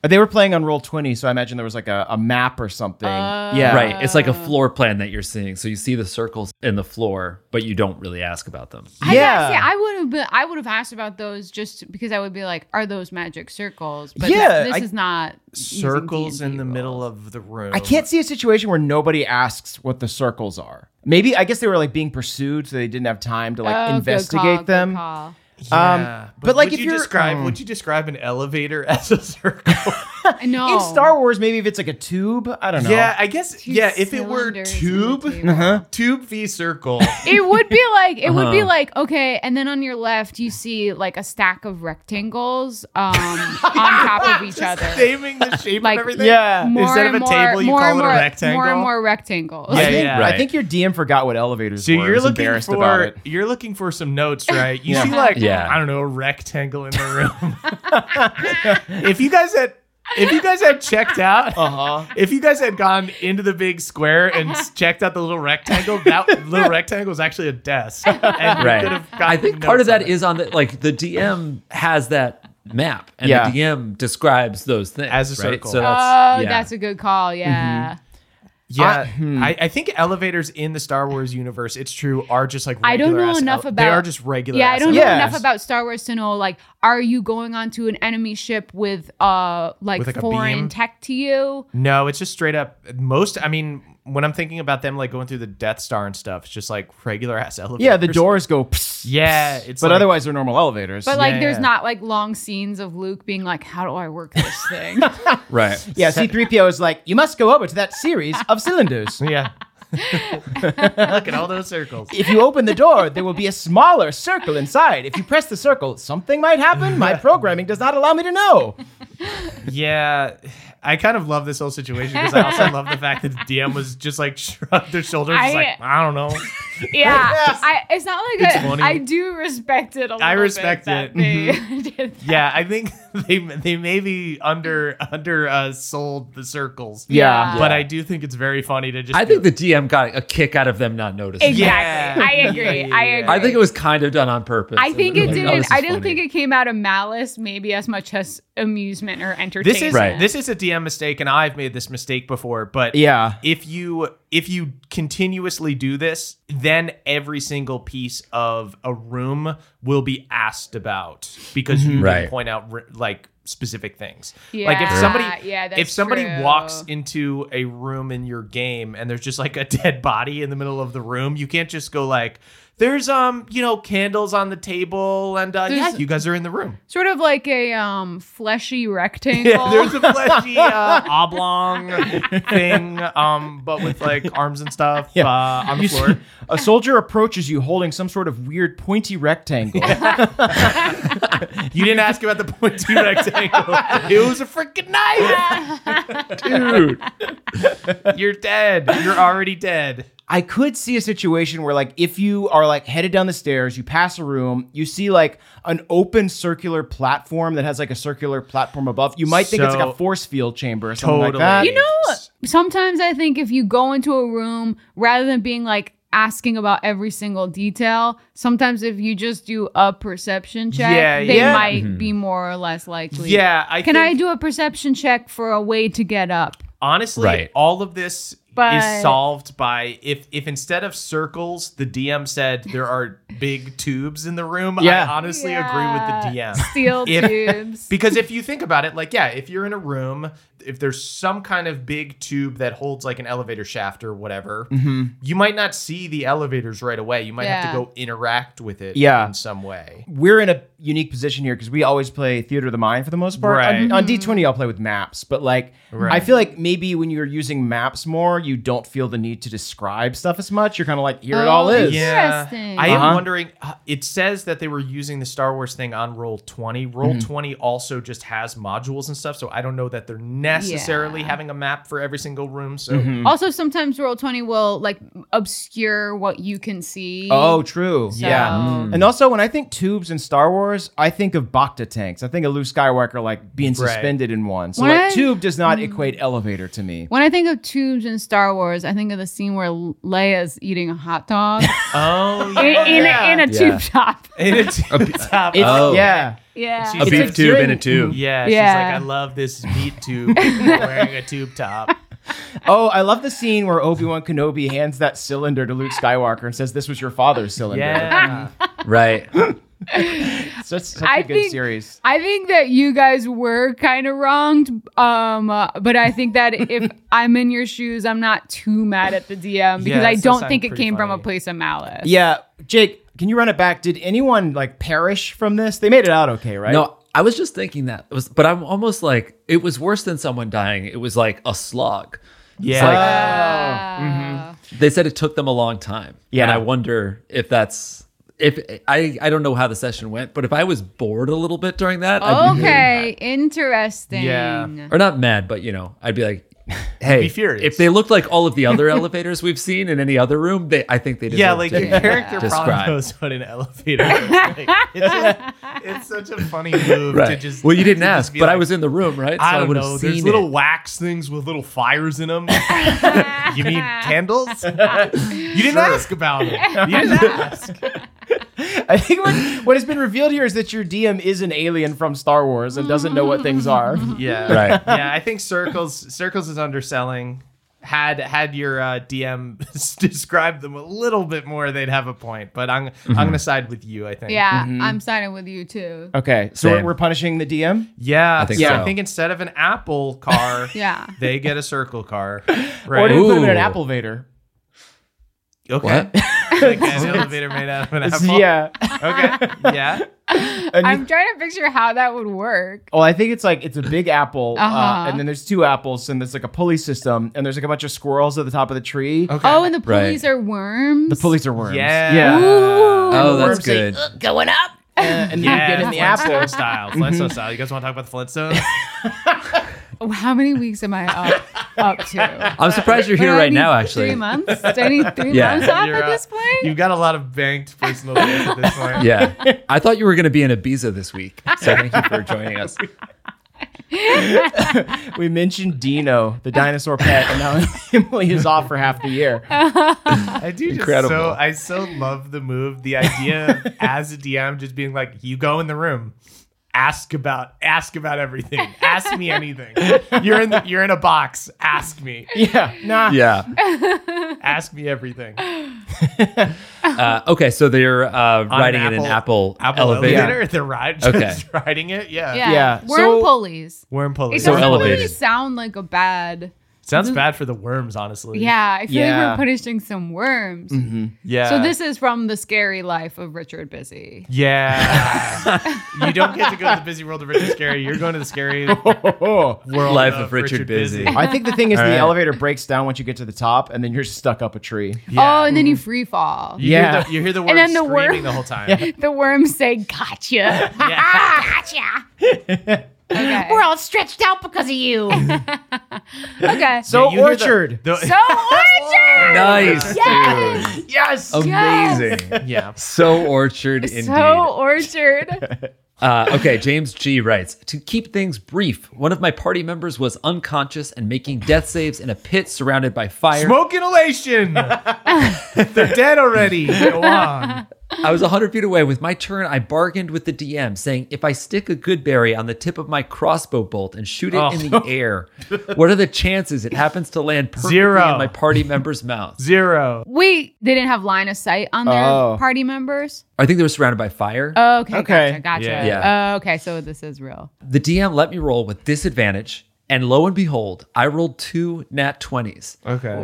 A: But They were playing on roll twenty, so I imagine there was like a, a map or something. yeah,
F: Right. It's like a floor plan that you're seeing. So you see the circles in the floor, but you don't really ask about them.
E: I
A: Yeah.
E: yeah. I would have been. I would have asked about those just because I would be like, "Are those magic circles?" But
A: Yeah,
E: yeah, this
A: I-
E: is not using
D: Circles
E: D&D
D: in the
E: rules.
D: middle of the room.
A: I can't see a situation where nobody asks what the circles are. Maybe I guess they were like being pursued, so they didn't have time to like
E: Oh, good
A: investigate
E: call, good
A: them. Um,
E: call.
D: Yeah,
A: but, like,
D: would
A: if
D: you
A: you're-
D: describe
A: um,
D: would you describe an elevator as a circle?
E: I know.
A: In Star Wars, maybe if it's like a tube, I don't know.
D: Yeah, I guess.
E: Two
D: yeah, if it were
E: cylinders in the
D: tube, Uh-huh.
E: table.
D: tube v circle.
E: it would be like it would be like okay, and then on your left you see like a stack of rectangles um, on top of each other.
D: naming the shape
E: Like,
D: of everything.
A: Yeah.
E: More
D: Instead
E: and
D: of a
E: more-
D: table, you
E: more
D: call
E: and
D: it a
E: more-
D: rectangle?
E: More and more rectangles.
A: I
D: Yeah,
A: think,
D: yeah.
A: I think your DM forgot what elevators
D: So
A: were.
D: you're
A: He's
D: looking
A: embarrassed about
D: for
A: it.
D: you're looking for some notes, right? You see like
F: Yeah.
D: I don't know, a rectangle in the room. if you guys had if you guys had checked out, uh-huh. if you guys had gone into the big square and s- checked out the little rectangle, that little rectangle was actually a desk. And you could
F: right.
D: have gotten
F: I think part of
D: notes on
F: that
D: it.
F: is on the like the DM has that map, and
A: Yeah.
F: the DM describes those things
D: As a
F: right?
D: circle.
F: So that's,
E: Oh,
F: yeah.
E: that's a good call. Yeah.
D: yeah.
A: hmm.
D: I, I think elevators in the Star Wars universe, it's true, are just like
E: I don't
D: regular
E: know
D: ass
E: enough
D: ele-
E: about.
D: They are just regular.
E: Yeah, I
D: ass
E: don't know
D: elevators.
A: Yes.
E: enough about Star Wars to know like, are you going onto an enemy ship with uh like,
D: With, like, a beam?
E: foreign tech to you?
D: No, it's just straight up. Most, I mean, when I'm thinking about them like going through the Death Star and stuff, it's just like regular ass elevators.
A: Yeah, the doors go. Pss,
D: Yeah,
A: pss,
D: it's
A: but
D: like-
A: otherwise they're normal elevators.
E: But like,
D: Yeah,
E: there's
D: yeah.
E: not like long scenes of Luke being like, "How do I work this thing?"
F: right.
A: yeah, C3PO is like, you must go over to that series of cylinders.
D: Yeah. Look at all those circles.
A: If you open the door, there will be a smaller circle inside. If you press the circle, something might happen. My programming does not allow me to know.
D: Yeah, I kind of love this whole situation because I also love the fact that the DM was just like shrugged their shoulders, just
E: I-
D: like I don't know.
E: yeah, I, it's not like
D: It's
E: a-
D: funny.
E: I do respect it a little. bit
D: respect
E: that
D: it. Mm-hmm.
E: they did that.
D: Yeah, I think they they maybe under under uh, sold the circles.
A: Yeah.
D: but I do think it's very funny to just.
F: I
D: be
F: think the DM got a kick out of them not noticing.
E: Exactly.
D: Yeah.
E: I agree.
D: Yeah,
E: I
D: yeah, yeah.
E: agree.
F: I think it was kind of done on purpose.
E: I
F: And
E: think
F: they're
E: it
F: like, oh,
E: didn't.
F: this is
E: I don't
F: funny.
E: think it came out of malice, maybe as much as amusement or entertainment.
D: this is
F: Right.
D: this is a DM mistake, and I've made this mistake before. But
A: Yeah.
D: if you if you continuously do this, then every single piece of a room will be asked about because you
F: Right.
D: can point out r- like specific things.
E: Yeah,
D: like if somebody
E: yeah,
D: if
E: that's
D: somebody
E: true.
D: walks into a room in your game and there's just like a dead body in the middle of the room, you can't just go like there's um you know candles on the table and uh, yeah
E: There's-
D: you guys are in the room.
E: sort of like a um fleshy rectangle.
D: Yeah, there's a fleshy uh, oblong thing, um, but with like arms and stuff
A: Yeah.
D: uh, on the
A: You
D: floor.
A: see- a soldier approaches you holding some sort of weird pointy rectangle.
D: You didn't ask about the point two rectangle. It was a freaking knife. Dude, you're dead. You're already dead.
A: I could see a situation where, like, if you are like headed down the stairs, you pass a room, you see like an open circular platform that has like a circular platform above. You might think it's like
D: So-
A: a force field chamber or something
D: Totally.
A: like that.
E: You know, sometimes I think if you go into a room rather than being like asking about every single detail, sometimes if you just do a perception check,
D: Yeah,
E: they
D: yeah.
E: might be more or less likely.
D: Yeah, I
E: Can I
D: think,
E: do a perception check for a way to get up?
D: honestly
F: Right.
D: all of this
E: But-
D: is solved by if if instead of circles the DM said there are big tubes in the room.
A: Yeah.
D: I honestly agree with the DM.
E: Yeah. Steel
D: If-
E: tubes.
D: Because if you think about it, like, yeah, if you're in a room, if there's some kind of big tube that holds like an elevator shaft or whatever,
A: Mm-hmm.
D: you might not see the elevators right away. You might have
E: Yeah.
D: to go interact with it
A: Yeah.
D: in some way.
A: We're in a unique position here because we always play theater of the mind for the most part.
D: Right.
A: On, on D20, I'll play with maps, but like, I feel like maybe when you're using maps more, you don't feel the need to describe stuff as much. You're kind of like, here it
E: Oh,
A: all is.
E: yeah. Interesting.
D: I am
A: Uh-huh.
D: wondering. uh, It says that they were using the Star Wars thing on Roll Twenty. Roll
A: Mm-hmm.
D: Twenty also just has modules and stuff, so I don't know that they're necessarily having a map for every single room. So
A: Mm-hmm.
E: also, sometimes roll twenty will like obscure what you can see.
A: Oh, true.
E: So-
A: Yeah. And also, when I think tubes in Star Wars, I think of Bacta tanks. I think of Luke Skywalker like being
D: Right.
A: suspended in one. So
E: When
A: like,
E: I-
A: tube does
E: Mm.
A: not equate elevator to me.
E: When I think of tubes in Star Wars, I think of the scene where L- Leia's eating a hot dog
D: oh
E: in, in a, in a
F: Yeah.
E: tube top.
D: in a tube top.
A: It's,
F: Oh.
A: Yeah.
E: Yeah.
D: She's
H: A
D: It's
H: beef
D: like
H: tube
A: during-
H: in a tube.
D: Yeah,
E: Yeah.
D: she's like, I love this meat tube wearing a tube top.
A: Oh, I love the scene where Obi Wan Kenobi hands that cylinder to Luke Skywalker and says, "This was your father's cylinder."
D: Yeah.
F: Right.
A: So it's such a
E: I
A: good
E: think-
A: series.
E: I think that you guys were kind of wronged, um, uh, but I think that if I'm in your shoes, I'm not too mad at the DM because
D: Yeah,
E: I
D: that
E: don't
D: sounds
E: think it
D: pretty
E: came from a
D: funny.
E: place of malice.
A: Yeah, Jake, can you run it back? Did anyone like perish from this? They made it out okay, right?
F: No, I was just thinking that it was, but I'm almost like it was worse than someone dying. It was like a slog. It's
D: Yeah.
F: like,
E: Uh,
F: they said it took them a long time.
G: Yeah.
F: and I wonder if that's if I I don't know how the session went, but if I was bored a little bit during that, I'd be
E: Okay, interesting.
D: Yeah.
F: or not mad, but you know, I'd be like, hey,
D: be furious.
F: if they looked like all of the other elevators we've seen in any other room, they I think they deserve
D: yeah, like
F: to
D: your
F: be
D: character probably
F: described.
D: knows what an elevator is. Like, it's, a- it's such a funny move to
F: Right.
D: just.
F: well, you didn't
D: to just
F: ask,
D: be
F: but I
D: like,
F: was in the room, right?
D: I
F: would
D: don't
F: have
D: know. There's
F: seen
D: little
F: it.
D: wax things with little fires in them. you mean candles? you didn't ask about it. You didn't ask.
A: I think what, what has been revealed here is that your DM is an alien from Star Wars and doesn't know what things are.
D: Yeah.
F: Right.
D: Yeah, I think circles circles is underselling. Had had your uh, DM described them a little bit more, they'd have a point. But I'm I'm
F: Mm-hmm.
D: gonna side with you. I think.
E: Yeah, I'm siding with you too.
A: Okay, so we're,
F: Same.
A: we're punishing the DM.
D: Yeah. I
F: think
D: yeah.
F: so.
D: I think instead of an apple car,
E: Yeah.
D: they get a circle car.
A: Or
D: Right.
A: do we put him in an
F: Ooh.
A: Apple Vader?
D: okay.
F: What?
D: like an elevator made out of an apple.
A: Yeah.
D: Okay. Yeah.
E: I'm trying to picture how that would work.
A: Well, Oh, I think it's like it's a big apple, uh
E: Uh-huh.
A: and then there's two apples, and there's like a pulley system, and there's like a bunch of squirrels at the top of the tree.
D: Okay.
E: Oh, and the
F: Right.
E: pulleys are worms.
A: The pulleys are worms.
D: Yeah.
A: Yeah.
F: Oh, that's
A: worms say,
F: good.
A: and and
D: Yeah,
A: you get in the
D: Flintstone
A: apple.
D: style, Flintstone style. You guys want to talk about the Flintstones?
E: Oh, How many weeks am I up, up to?
F: I'm surprised you're
E: Do
F: here
E: I
F: right
E: need
F: now, actually.
E: Three months? Do I need three
F: Yeah.
E: months off
D: You're
E: at
D: up.
E: this point?
D: You've got a lot of banked personal days at this point.
F: Yeah. I thought you were going to be in Ibiza this week. So thank you for joining us.
A: We mentioned Dino, the dinosaur pet, and now Emily is off for half the year.
D: I do just
F: Incredible.
D: so I so love the move. The idea of as a DM just being like, you go in the room, ask about ask about everything. Ask me anything. You're in the, you're in a box. Ask me.
A: Yeah. Nah.
F: Yeah.
D: Ask me everything.
F: Uh, okay. So they're uh, riding in an apple,
D: Apple
F: elevator.
D: elevator. The ride just
F: Okay.
D: riding it. Yeah.
E: yeah.
A: Yeah,
E: Worm
A: so-
E: pulleys.
D: Worm pulley.
E: It
F: So
E: doesn't really
F: elevated.
E: sound like a bad.
D: Sounds bad for the worms, honestly.
E: Yeah, I feel
A: Yeah.
E: like we're punishing some worms.
D: Yeah.
E: So this is from the scary life of Richard Busy.
D: Yeah. you don't get to go to the busy world of Richard Scary. You're going to the scary world
A: Oh.
F: Life of Richard Busy.
E: Oh,
A: I think the thing is, the
F: right.
A: elevator breaks down once you get to the top, and then you're stuck up a tree.
E: Oh, and then you free fall.
D: You
A: Yeah.
D: Hear the, you hear the word
E: And then the
D: screaming
E: worm-
D: the whole time.
E: The worms say, "Gotcha, gotcha." okay. We're all stretched out because of you. okay.
A: So
E: So,
D: you hear the-
A: orchard.
D: the-
E: Orchard.
F: Nice.
E: Yes!
F: dude.
A: yes.
F: Oh,
E: Yes!
F: Amazing.
D: yeah.
F: So orchard indeed.
E: So Orchard.
F: Uh, okay, James G writes To keep things brief, one of my party members was unconscious and making death saves in a pit surrounded by fire.
D: Smoke inhalation. They're dead already. Go on.
F: I was 100 feet away. With my turn, I bargained with the DM, saying, If I stick a good berry on the tip of my crossbow bolt and shoot it
D: Oh.
F: in the air, what are the chances it happens to land perfectly
D: Zero.
F: in my party member's mouth?
D: Zero.
E: Wait, they didn't have line of sight on their
A: Oh.
E: party members.
F: I think they were surrounded by fire.
E: Okay.
A: Okay.
E: Gotcha. Gotcha.
D: Yeah.
F: Yeah.
E: Oh, okay. So this is real.
F: The DM let me roll with disadvantage, and lo and behold, I rolled two nat 20s.
D: Okay.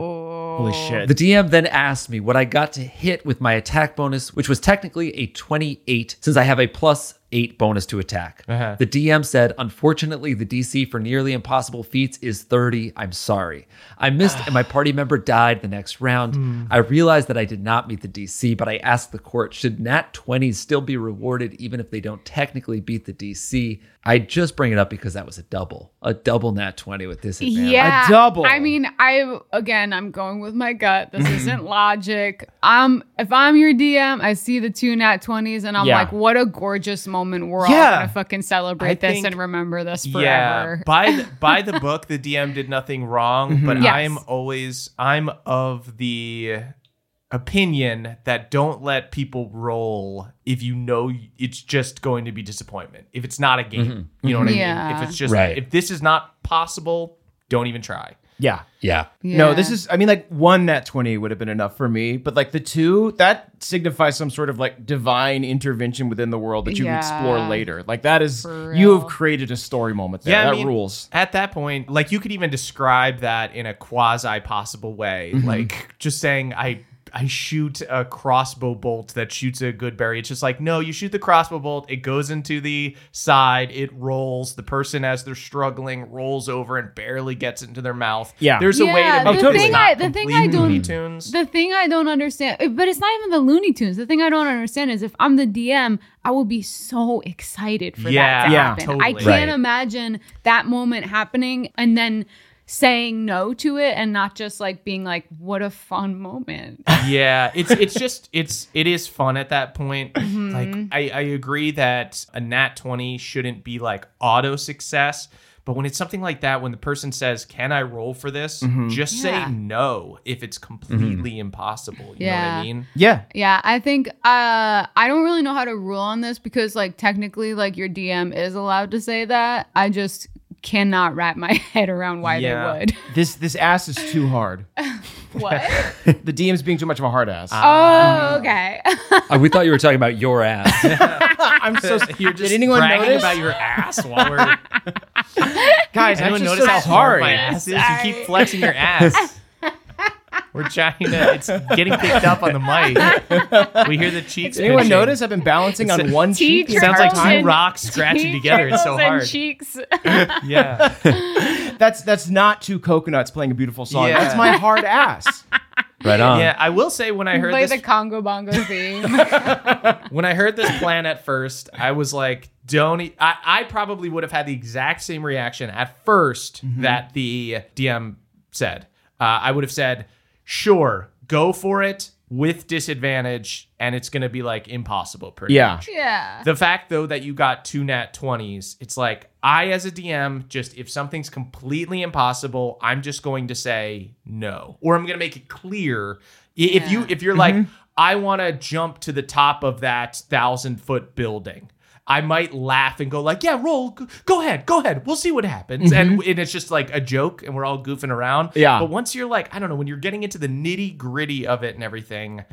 A: Holy shit.
F: The DM then asked me what I got to hit with my attack bonus, which was technically a 28, since I have a plus eight bonus to attack.
D: Uh-huh.
F: The DM said, Unfortunately, the DC for nearly impossible feats is 30. I'm sorry. I missed, and my party member died the next round. I realized that I did not meet the DC, but I asked the court, Should Nat 20s still be rewarded even if they don't technically beat the DC? I just bring it up because that was a double, a double Nat 20 with this advantage.
E: Yeah.
A: A double.
E: I mean, I again, I'm going with my gut. This isn't logic. Um, if I'm your DM, I see the two nat twenties, and I'm
A: Yeah.
E: like, what a gorgeous moment. We're all
A: Yeah.
E: gonna fucking celebrate
D: I
E: this
D: think-
E: and remember this forever.
D: Yeah. By the, by the book, the DM did nothing wrong, but
E: Yes.
D: I'm always I'm of the opinion that don't let people roll if you know it's just going to be disappointment. If it's not a game, you know what I
E: Mm-hmm. Yeah.
D: mean. If it's just
F: Right.
D: if this is not possible, don't even try.
A: yeah.
F: Yeah.
A: No,
E: Yeah.
A: this is. I mean, like one nat twenty would have been enough for me, but like the two that signifies some sort of like divine intervention within the world that you
E: Yeah.
A: explore later. Like that is
E: For
A: you have
E: real.
A: created a story moment there.
D: Yeah, I
A: that
D: mean,
A: rules.
D: At that point, like you could even describe that in a quasi possible way, like just saying I I shoot a crossbow bolt that shoots a good berry. It's just like, no, you shoot the crossbow bolt, it goes into the side, it rolls. The person as they're struggling rolls over and barely gets into their mouth.
G: Yeah.
D: There's a way
E: Yeah,
D: to make
E: the
D: this
E: thing
D: not
E: I- the thing I
D: complete
E: don't-
D: Looney Tunes.
E: The thing I don't understand, eh, but it's not even the Looney Tunes. The thing I don't understand is if I'm the DM, I would be so excited for that
D: Yeah,
E: to
D: yeah,
E: happen. I
D: totally.
E: can't
F: Right.
E: imagine that moment happening and then saying no to it and not just like being like, what a fun moment.
D: yeah it's it's just it's it is fun at that point like I, I agree that a nat 20 shouldn't be like auto success but when it's something like that when the person says can i roll for this just
E: Yeah.
D: say no if it's completely impossible you know what
E: Yeah.
D: i mean
A: Yeah.
E: yeah, I think uh, I don't really know how to rule on this because like technically like your DM is allowed to say that. I just cannot wrap my head around why
D: Yeah.
E: they
A: This this ass is too hard.
E: would. what?
A: the DM's being too much of a hard ass.
D: Ah.
E: oh, okay.
F: Uh, we thought you were talking about your ass.
A: I'm so.
D: you're just
A: anyone
D: bragging
A: notice?
D: about your ass while we're
A: Guys,
D: anyone
A: that's just
D: notice
A: so
D: how hard
A: hard.
D: my ass is you keep flexing your ass we're trying to it's getting picked up on the mic we hear the cheeks
A: Did anyone
D: pinching.
A: notice I've been balancing on one cheek? the
D: sounds like
A: entire
D: two
A: time?
D: rocks scratching together. It's so
E: T-shirts and
D: hard.
E: cheeks.
D: Yeah.
A: That's that's not two coconuts playing a beautiful song.
D: Yeah.
A: That's my hard ass.
F: right on.
D: Yeah. I will say when I heard
E: Play
D: this
E: the Congo Bongo theme.
D: when I heard this plan at first, I was like, don't e- I, I probably would have had the exact same reaction at 1st that the DM said. Uh, I would have said, sure, go for it with disadvantage, and it's gonna be like impossible pretty
A: Yeah.
D: much.
E: yeah.
D: The fact though that you got two nat 20s, it's like I as a DM just if something's completely impossible, I'm just going to say no or I'm going to make it clear I- if you if you're like I want to jump to the top of that 1000 foot building. I might laugh and go like, "Yeah, roll. Go- Go ahead. Go ahead. We'll see what happens." And, and it's just like a joke and we're all goofing around.
A: Yeah.
D: But once you're like, I don't know, when you're getting into the nitty-gritty of it and everything,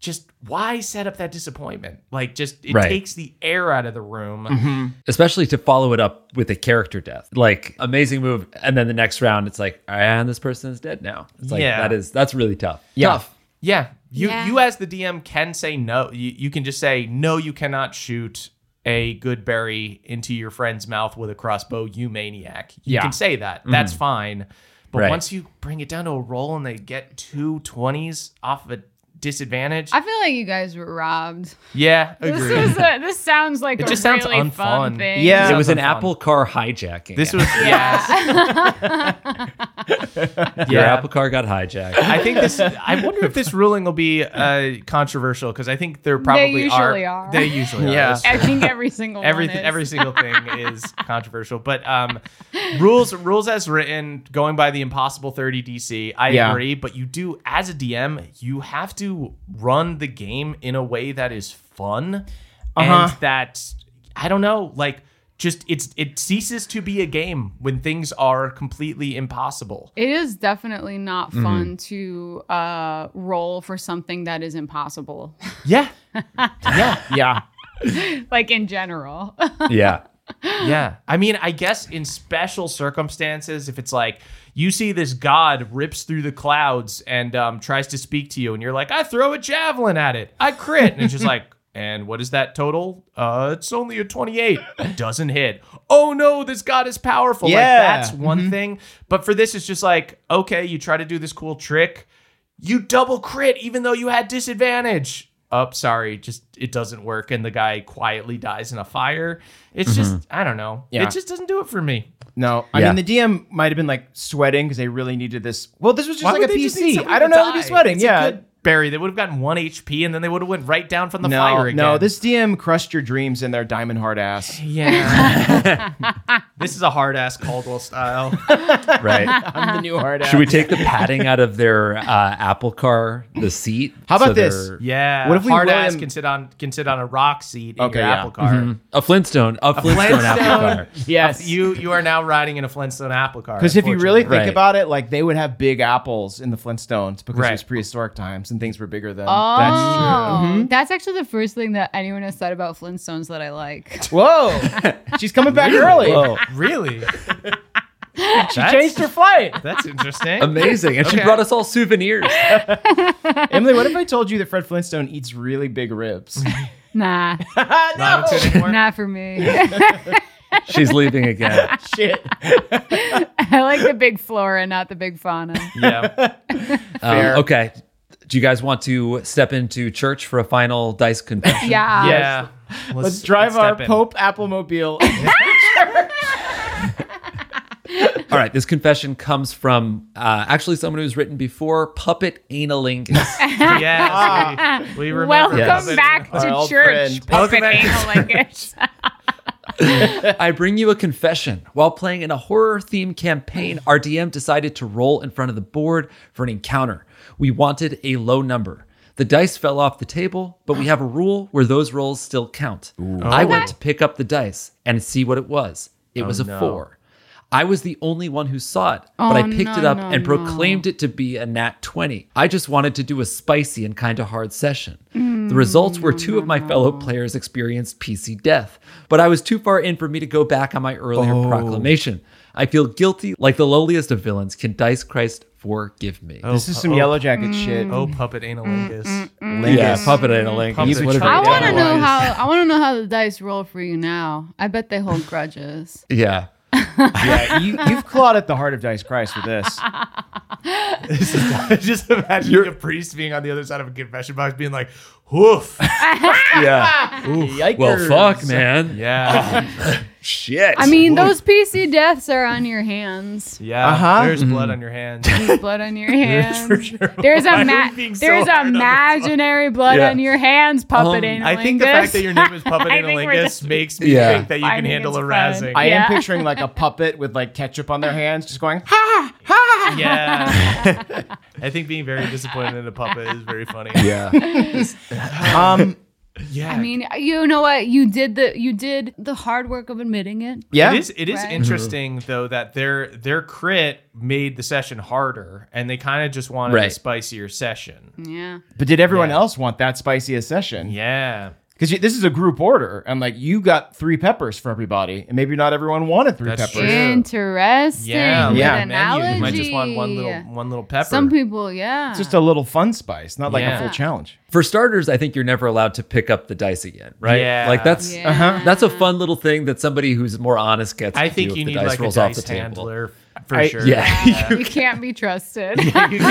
D: just why set up that disappointment? Like, just it
F: Right.
D: takes the air out of the room.
F: Especially to follow it up with a character death. Like amazing move. And then the next round it's like, and this person is dead now. It's like
D: Yeah.
F: that is that's really tough. Tough.
D: Yeah, you
E: Yeah.
D: you as the DM can say no. You, you can just say no. You cannot shoot a good berry into your friend's mouth with a crossbow. You maniac. You
A: Yeah.
D: can say that. That's fine. But
F: Right.
D: once you bring it down to a roll and they get two 20s off of a disadvantage,
E: I feel like you guys were robbed.
D: yeah, agree.
E: This is a, this sounds like
D: It
E: a
D: just sounds
E: really fun
D: unfun.
E: thing.
A: Yeah.
F: it was
D: Sounds
F: an
D: fun.
F: Apple car hijacking.
D: this was yes.
F: Your
D: yeah.
F: Apple car got hijacked.
D: I think this. I wonder if this ruling will be uh, controversial because I think there probably
E: usually are.
D: They usually are.
A: Yeah.
D: That's
E: I think every single
D: every
E: one is.
D: every single thing is controversial but um rules rules as written going by the impossible 30 dc i
A: Yeah.
D: agree but you do as a dm you have to run the game in a way that is fun
A: Uh-huh.
D: and that i don't know like just it's it ceases to be a game when things are completely impossible
E: It is definitely not
D: Mm-hmm.
E: fun to uh, roll for something that is impossible,
D: yeah
A: Yeah.
E: like in general.
F: yeah.
D: Yeah. I mean, I guess in special circumstances, if it's like you see this god rips through the clouds and um, tries to speak to you, and you're like, I throw a javelin at it, I crit. And it's just like, and what is that total? Uh, it's only a 28. It doesn't hit. Oh no, this god is powerful. Like,
A: Yeah.
D: that's one thing. But for this, it's just like, okay, you try to do this cool trick, you double crit even though you had disadvantage. Up, sorry, just it doesn't work, and the guy quietly dies in a fire. It's just I don't know.
A: Mm-hmm. Yeah.
D: It just doesn't do it for me.
A: No. I
F: Yeah.
A: mean, the DM might have been like sweating because they really needed this. Well, this was just
D: Why
A: like
D: would
A: a
D: they just need
A: PC.
D: someone
A: I don't
D: to
A: know. They'd be
D: die?
A: sweating.
D: It's a
A: yeah.
D: good Barry, they would have gotten one HP, and then they would have went right down from the
A: No,
D: fire again.
A: no, this DM crushed your dreams in their diamond hard ass. Uh,
D: yeah. this is a hard ass Caldwell style.
F: Right.
A: I'm the new hard ass.
F: Should we take the padding out of their uh, Apple car, the seat?
A: How about
F: they're-
A: this?
D: Yeah.
A: What if we
D: hard
A: roll
D: ass
A: him-
D: can sit on can sit on a rock seat in
A: Okay,
D: your
A: yeah. Mm-hmm.
D: apple car?
F: A Flintstone, a Flintstone, Apple
D: Flintstone.
F: car.
A: Yes.
D: You you are now riding in a Flintstone apple car.
A: Because if you really think
F: Right.
A: about it, like they would have big apples in the Flintstones because
D: Right.
A: it was prehistoric times and things were bigger then.
E: Oh,
A: That's true.
E: that's actually the first thing that anyone has said about Flintstones that I like.
A: Whoa, she's coming back early.
D: really
A: She
D: That's-
A: changed her flight.
D: That's interesting.
F: Amazing. And she
D: Okay.
F: brought us all souvenirs.
A: Emily, what if I told you that Fred Flintstone eats really big ribs?
E: Nah,
D: Not into it anymore.
E: not for me.
F: She's leaving again.
A: Shit.
E: I like the big flora, not the big fauna.
D: Yeah.
F: Um,
A: Fair.
F: okay. Do you guys want to step into church for a final dice confession?
E: Yeah.
D: Yeah.
A: Let's, drive our
D: step in.
A: Pope Applemobile.
F: All right. This confession comes from uh, actually someone who's written before, Puppet Analingus.
D: Yes. we- we remember.
E: Welcome
F: Yes.
E: back
A: Our
E: to
A: old
E: church,
A: friend.
D: Welcome
E: puppet
D: back.
E: anal language.
F: I bring you a confession. While playing in a horror themed campaign, our DM decided to roll in front of the board for an encounter. We wanted a low number. The dice fell off the table, but we have a rule where those rolls still count. I went to pick up the dice and see what it was. It was a four. I was the only one who saw it, but I
E: Oh,
F: picked it
E: no,
F: up
E: no,
F: and
E: no.
F: proclaimed it to be a nat 20. I just wanted to do a spicy and kind of hard session. the results were two of my fellow players experienced PC death, but I was too far in for me to go back on my earlier
D: Oh.
F: proclamation. I feel guilty like the lowliest of villains. Can Dice Christ forgive me?
D: Oh,
A: this is
D: pu-
A: some
D: oh,
A: yellow jacket shit. Mm-hmm.
D: Oh, puppet analingus.
F: yeah, puppet and a link.
D: Puppet
F: He's whatever
D: Chuck.
E: Mm, I
F: it
E: want to
F: is.
E: know how. I want to know how the dice roll for you now. I bet they hold grudges.
F: Yeah.
A: yeah, you, you've clawed at the heart of Dice Christ with this.
D: Just imagine a priest being on the other side of a confession box being like, woof.
F: Yeah.
A: Yikers.
F: Well, fuck, man.
D: Yeah.
F: Shit.
E: I mean, those PC deaths are on your hands.
D: Yeah.
A: Uh-huh.
D: There's blood on your hands.
E: There's blood on your hands. There's,
D: Why
E: a
D: are
E: ma-
D: we being so
E: there's
D: hard on this one?
E: imaginary blood
F: Yeah.
E: on your hands, puppet
F: Um,
E: analingus.
D: I think the fact that your name is Puppet
E: I think we're
D: Analingus
E: just-
D: makes me
F: Yeah.
D: think that you can
E: Finding
D: handle
E: it's
D: a
E: fun.
D: rousing.
A: I
E: Yeah.
A: am picturing like a puppet with like ketchup on their hands, just going, ha!
D: yeah. I think being very disappointed in a puppet is very funny.
F: yeah.
A: Um,
D: Yeah.
E: I mean, you know what? You did the you did the hard work of admitting it.
A: yeah.
D: It is it is
E: Right.
D: interesting though that their their crit made the session harder and they kind of just wanted a
F: Right.
D: spicier session.
E: Yeah.
A: But did everyone
D: Yeah.
A: else want that spicy a session?
D: Yeah.
A: Because this is a group order, and like you got three peppers for everybody, and maybe not everyone wanted three
D: That's
A: peppers.
D: true.
E: Interesting.
D: Yeah.
E: Good
D: like
A: Yeah.
D: a menu, You might just want one little
E: analogy.
D: one little pepper.
E: Some people, yeah.
A: It's just a little fun spice, not like
D: Yeah.
A: a full challenge.
F: For starters, I think you're never allowed to pick up the dice again, right?
D: Yeah.
F: Like that's
E: Yeah.
A: Uh-huh.
F: that's a fun little thing that somebody who's more honest gets.
D: I
F: to
D: think
F: do
D: you
F: if the
D: need
F: dice
D: like a
F: rolls
D: dice
F: off the table.
D: handler uh, for
A: I-
D: sure.
F: Yeah.
E: you can't be trusted. Puppet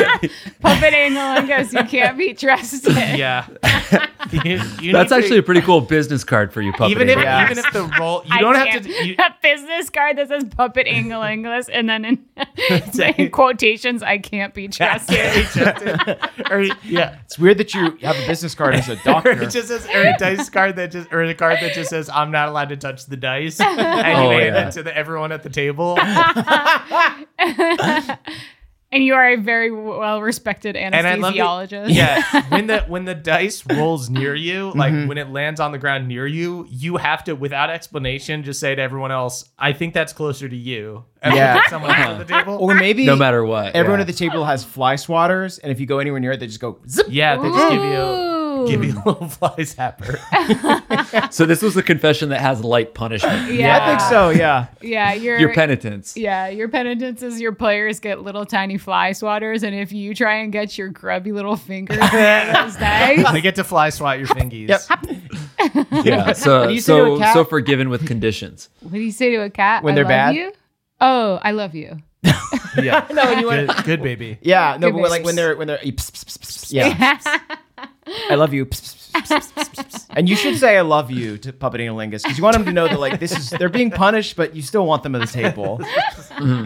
E: analingus, you can't be trusted.
D: yeah. You- you
F: That's
D: need to-
F: actually a pretty cool business card for you, puppet.
D: even if
F: Eater.
D: even if the roll you
E: I
D: don't have
E: can't-
D: to you,
E: a business card that says puppet analingus, and then in, in quotations, I can't be trusted.
D: or, yeah.
A: It's weird that you have a business card as a
D: Or
A: doctor.
D: it just says or a dice card that just or a card that just says I'm not allowed to touch the dice. And you
F: Oh,
D: hand
F: yeah.
D: it to the, everyone at the table.
E: and you are a very well respected
D: and I love
E: anesthesiologist.
D: it. Yeah, when the when the dice rolls near you, like when it lands on the ground near you, you have to, without explanation, just say to everyone else, "I think that's closer to you." And
A: Yeah.
D: look at someone else at the table.
A: or maybe
F: no matter what,
A: everyone
F: yeah.
A: at the table has fly swatters, and if you go anywhere near it, they just go zip.
D: yeah, they just give you
E: Ooh.
D: give you a little fly zapper.
F: so this was a confession that has light punishment.
E: yeah.
A: I think so. Yeah.
E: Yeah, your
F: Your penitence.
E: yeah, your penitence is your players get little tiny fly swatters, and if you try and get your grubby little fingers in those dice,
D: they get to fly swat your fingies.
F: Yeah. So
A: do you say to a
F: so
A: cat?
F: so forgiven with conditions.
E: what do you say to a cat
A: When
E: I
A: they're
E: love
A: bad?
E: You? Oh, I love you.
D: Yeah,
A: No, and you want.
D: good, good baby.
A: Yeah. No,
E: Good
A: but like
E: babies.
A: when they're when they're e, pss, pss, pss, pss, yeah. I love you. Pss, pss, pss, pss, pss, pss, pss. and you should say I love you to Puppet Analingus because you want them to know that like this is they're being punished, but you still want them at the table.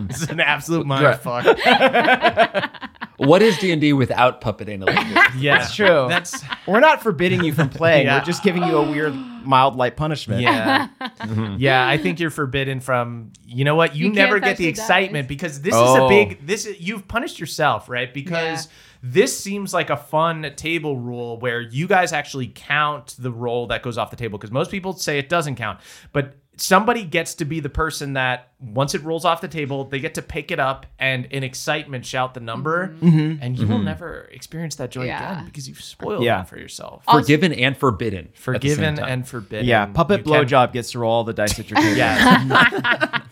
D: This is an absolute
F: Right.
D: mind fuck.
F: What is D and D without puppet analytics?
D: Yeah,
A: That's true.
D: That's
A: We're not forbidding you from playing.
D: Yeah.
A: We're just giving you a weird mild light punishment.
D: yeah,
A: Mm-hmm.
D: yeah. I think you're forbidden from. You know what? You,
E: You can't
D: never
E: touch
D: get the
E: the
D: excitement
E: dice.
D: because this is
A: Oh.
D: a big. This is, you've punished yourself, right? Because this seems like a fun table rule where you guys actually count the roll that goes off the table because most people say it doesn't count, but somebody gets to be the person that once it rolls off the table they get to pick it up and in excitement shout the number and you will never experience that joy
E: Mm-hmm. Yeah.
D: again because you've spoiled
A: Mm-hmm. Yeah.
D: it for yourself
F: Forgiven and forbidden. at the same
D: forgiven
F: time.
D: and forbidden
A: Yeah, puppet
D: You can-
A: blowjob gets to roll all the dice at your table.
D: Yeah.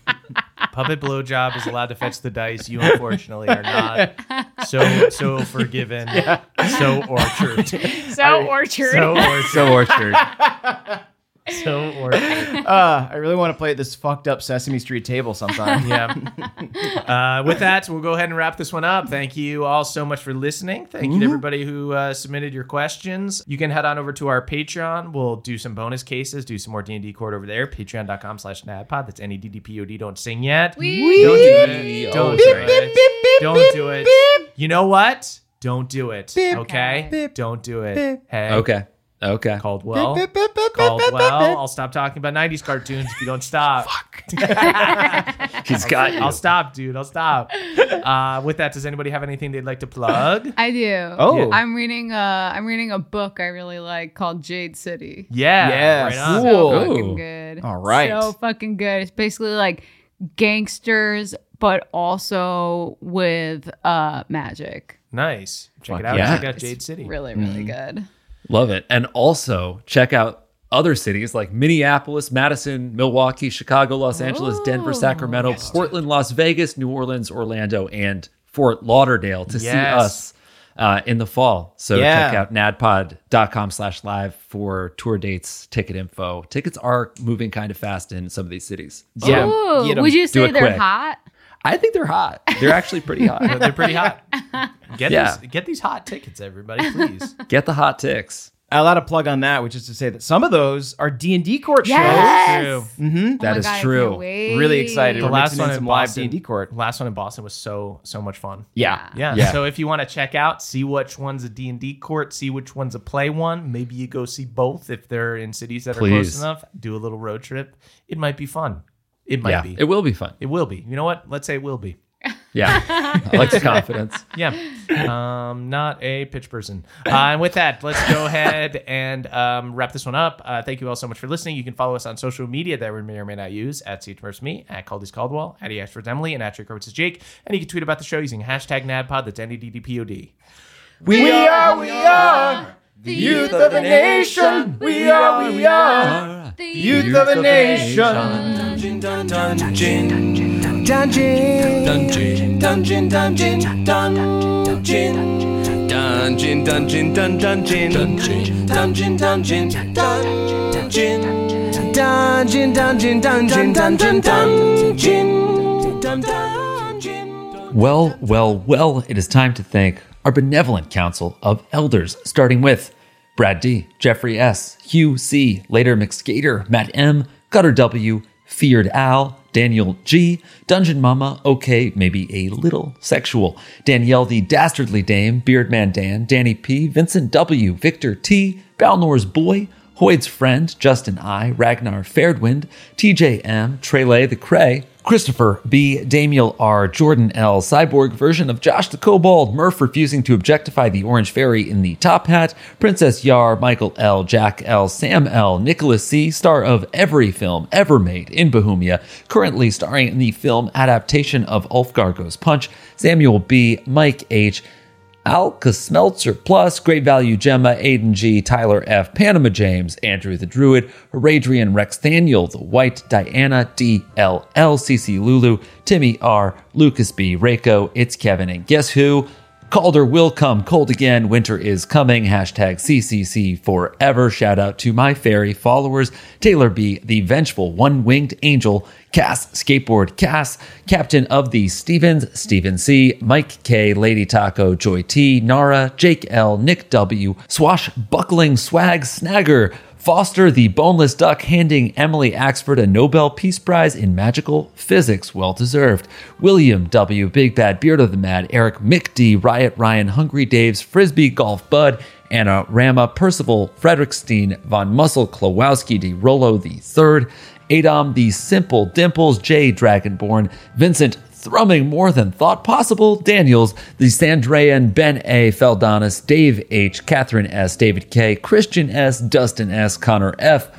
D: Puppet blowjob is allowed to fetch the dice. You unfortunately are not. So so forgiven. So orchard.
I: So orchard.
D: So orchard.
F: So orchard.
D: So orchard.
A: Uh, I really want to play at this fucked up Sesame Street table sometime.
D: Yeah. Uh, with that, we'll go ahead and wrap this one up. Thank you all so much for listening. Thank you to everybody who uh, submitted your questions. You can head on over to our Patreon. We'll do some bonus cases, do some more D&D court over there. Patreon.com slash NADPOD. That's N-E-D-D-P-O-D. Don't sing yet. Don't do it.
F: Oh,
D: Don't do it. Don't do it. You know what? Don't do it. Okay? Don't do it. Hey.
F: Okay. Okay.
D: Caldwell. Caldwell. I'll stop talking about 90s cartoons if you don't stop.
F: He's got
D: I'll
F: you.
D: stop, dude. I'll stop. Uh, with that, does anybody have anything they'd like to plug?
E: I do.
A: Oh.
E: I'm reading. Uh, I'm reading a book I really like called Jade City.
D: Yeah.
A: Yes.
D: Right on.
A: Cool.
E: So fucking
F: Ooh.
E: good.
A: All right.
E: So fucking good. It's basically like gangsters, but also with uh magic.
D: Nice. Check
F: Fuck
D: it out.
F: yeah.
D: Check out
E: It's
D: Jade City.
E: Really, really
A: Mm-hmm.
E: good.
F: Love it. And also check out other cities like Minneapolis, Madison, Milwaukee, Chicago, Los Angeles,
A: Oh,
F: Denver, Sacramento, Portland, Las Vegas, New Orleans, Orlando, and Fort Lauderdale to see
D: Yes.
F: us uh, in the fall. So
A: Yeah.
F: check out nadpod.com slash live for tour dates, ticket info. Tickets are moving kind of fast in some of these cities.
A: Yeah.
E: Ooh,
A: Get 'em.
E: would you
F: Do
E: say
F: it
E: they're
F: quick.
E: hot?
F: I think they're hot. They're actually pretty hot.
D: They're pretty hot. Get
F: Yeah.
D: these get these hot tickets, everybody, please.
F: Get the hot ticks.
A: I allowed a plug on that, which is to say that some of those are D and D court
E: Yes.
D: True.
F: That is true.
A: shows. Really excited.
D: The
A: We're
D: last
A: mixing
D: one
A: in
D: in
A: some live D
D: Boston.
A: and D court.
D: Last one in Boston was so so much fun.
A: Yeah.
D: Yeah.
F: Yeah.
D: So if you want to check out, see which one's a D&D court, see which one's a play one. Maybe you go see both if they're in cities that are close
F: Please.
D: enough. Do a little road trip. It might be fun. It might
F: yeah.
D: be.
F: It will be fun.
D: It will be. You know what? Let's say it will be.
F: Yeah. I like the confidence.
D: Yeah. Um, not a pitch person. Uh, and with that, let's go ahead and um, wrap this one up. Uh, thank you all so much for listening. You can follow us on social media that we may or may not use at me, at Caldy's Caldwell, at Ashford's Emily, and at Jake Roberts is Jake. And you can tweet about the show using hashtag NADPOD. That's N-A-D-D-P-O-D.
A: We are. We are. The youth of the nation. We are. We are. Youth of the nation.
C: Dungeon, dun, dungeon, dungeon, dungeon, dungeon, dungeon, dungeon, dungeon, dungeon, dun, dungeon, dungeon, dungeon, dungeon, dungeon, dungeon, dungeon, dungeon, dungeon, dungeon, dungeon.
F: Well, well, well, it is time to thank our benevolent council of elders, starting with Brad D, Jeffrey S, Hugh C, later McSkater, Matt M, Gutter W, Feared Al, Daniel G, Dungeon Mama, okay, maybe a little sexual, Danielle the Dastardly Dame, Beardman Dan, Danny P, Vincent W, Victor T, Balnor's Boy, Hoyd's friend, Justin I, Ragnar Fairdwind, TJM, Trele the Cray, Christopher B, Damiel R, Jordan L, Cyborg version of Josh the Kobold, Murph refusing to objectify the Orange Fairy in the top hat, Princess Yar, Michael L, Jack L, Sam L, Nicholas C, star of every film ever made in Bohemia, currently starring in the film adaptation of Ulfgar Goes Punch, Samuel B, Mike H, Alka Smeltzer Plus, Great Value Gemma, Aiden G, Tyler F, Panama James, Andrew the Druid, Heradrian Rex Daniel, The White, Diana D, L, L, CC Lulu, Timmy R, Lucas B, Rako, It's Kevin, and guess who? Calder will come cold again. Winter is coming. Hashtag CCC forever. Shout out to my fairy followers Taylor B, the vengeful one winged angel, Cass, skateboard Cass, captain of the Stevens, Stephen C, Mike K, Lady Taco, Joy T, Nara, Jake L, Nick W, swashbuckling swag snagger. Foster the boneless duck handing Emily Axford a Nobel Peace Prize in Magical Physics, well deserved. William W. Big Bad Beard of the Mad, Eric Mick D. Riot Ryan, Hungry Dave's Frisbee Golf Bud, Anna Rama, Percival Frederickstein, Von Muscle, Klawowski D. Rollo the Third, Adam the Simple Dimples, J. Dragonborn, Vincent thrumming more than thought possible, Daniels, the Sandrean, Ben A, Feldonis, Dave H, Catherine S, David K, Christian S, Dustin S, Connor F,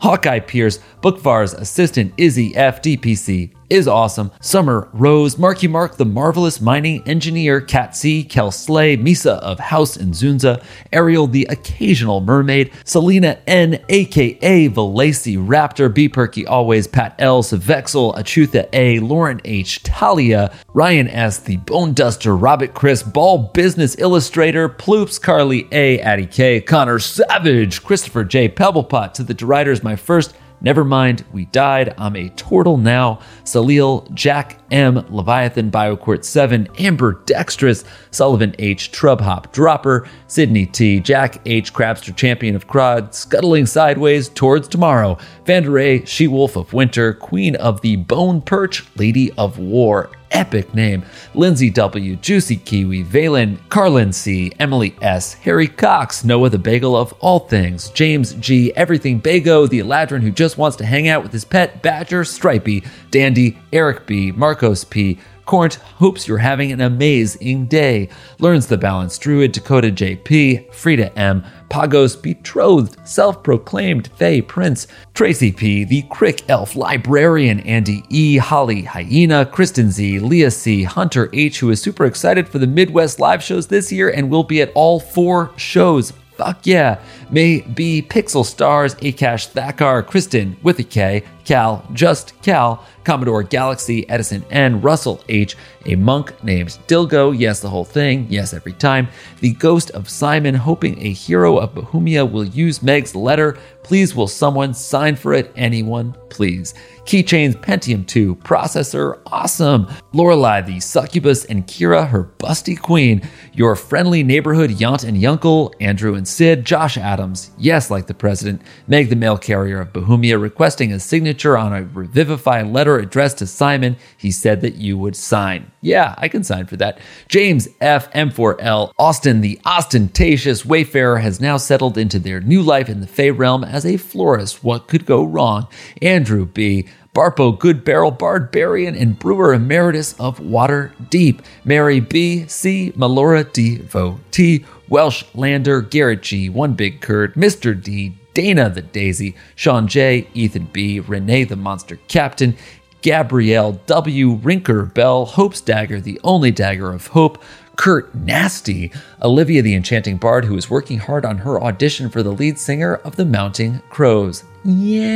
F: Hawkeye Pierce, Bookvar's assistant Izzy F, DPC, is awesome. Summer, Rose, Marky Mark, the marvelous mining engineer, Cat C, Kel Slay, Misa of House and Zunza, Ariel, the occasional mermaid, Selena N, aka Valacy Raptor, B Perky Always, Pat L, Savexel, Achutha A, Lauren H, Talia, Ryan S, the Bone Duster, Robert Chris, Ball Business Illustrator, Ploops, Carly A, Addie K, Connor Savage, Christopher J, Pebblepot, to the deriders, my first. Never mind, we died. I'm a turtle now. Salil, Jack M, Leviathan Bioquart 7, Amber Dextrous, Sullivan H, Trubhop Dropper, Sydney T, Jack H, Crabster Champion of Crod, Scuttling Sideways Towards Tomorrow, Vanderay, She Wolf of Winter, Queen of the Bone Perch, Lady of War, epic name. Lindsay W, Juicy Kiwi, Valen, Carlin C, Emily S, Harry Cox, Noah the Bagel of all things, James G, Everything Bago, the Eladrin who just wants to hang out with his pet Badger, Stripey, Dandy, Eric B, Marcos P, Cornt hopes you're having an amazing day. Learns the balanced druid Dakota JP, Frida M, Pagos betrothed, self-proclaimed Fey Prince, Tracy P, the Crick Elf Librarian, Andy E, Holly Hyena, Kristen Z, Leah C, Hunter H, who is super excited for the Midwest live shows this year and will be at all four shows. Fuck yeah. May be Pixel Stars, Akash Thakar, Kristen with a K, Cal, Just Cal, Commodore Galaxy, Edison N, Russell H, a monk named Dilgo, yes, the whole thing, yes, every time, the ghost of Simon, hoping a hero of Bohemia will use Meg's letter. Please, will someone sign for it? Anyone, please. Keychains Pentium 2, processor, awesome. Lorelei, the succubus, and Kira, her busty queen. Your friendly neighborhood Yant and Yunkle, Andrew and Sid, Josh Adams, yes, like the president. Meg, the mail carrier of Bohemia, requesting a signature on a Revivify letter addressed to Simon. He said that you would sign. Yeah, I can sign for that. James F. M4L Austin, the ostentatious wayfarer, has now settled into their new life in the Fey realm as a florist. What could go wrong? Andrew B. Barpo Good Barrel Bardbarian and Brewer Emeritus of Water Deep, Mary B. C. Melora Devotee, Welsh Lander, Garrett G. One Big Curd, Mr. D. Dana the Daisy, Sean J, Ethan B, Renee the Monster Captain, Gabrielle W, Rinker Bell, Hope's Dagger, the only dagger of hope, Kurt Nasty, Olivia the Enchanting Bard, who is working hard on her audition for the lead singer of The Mounting Crows.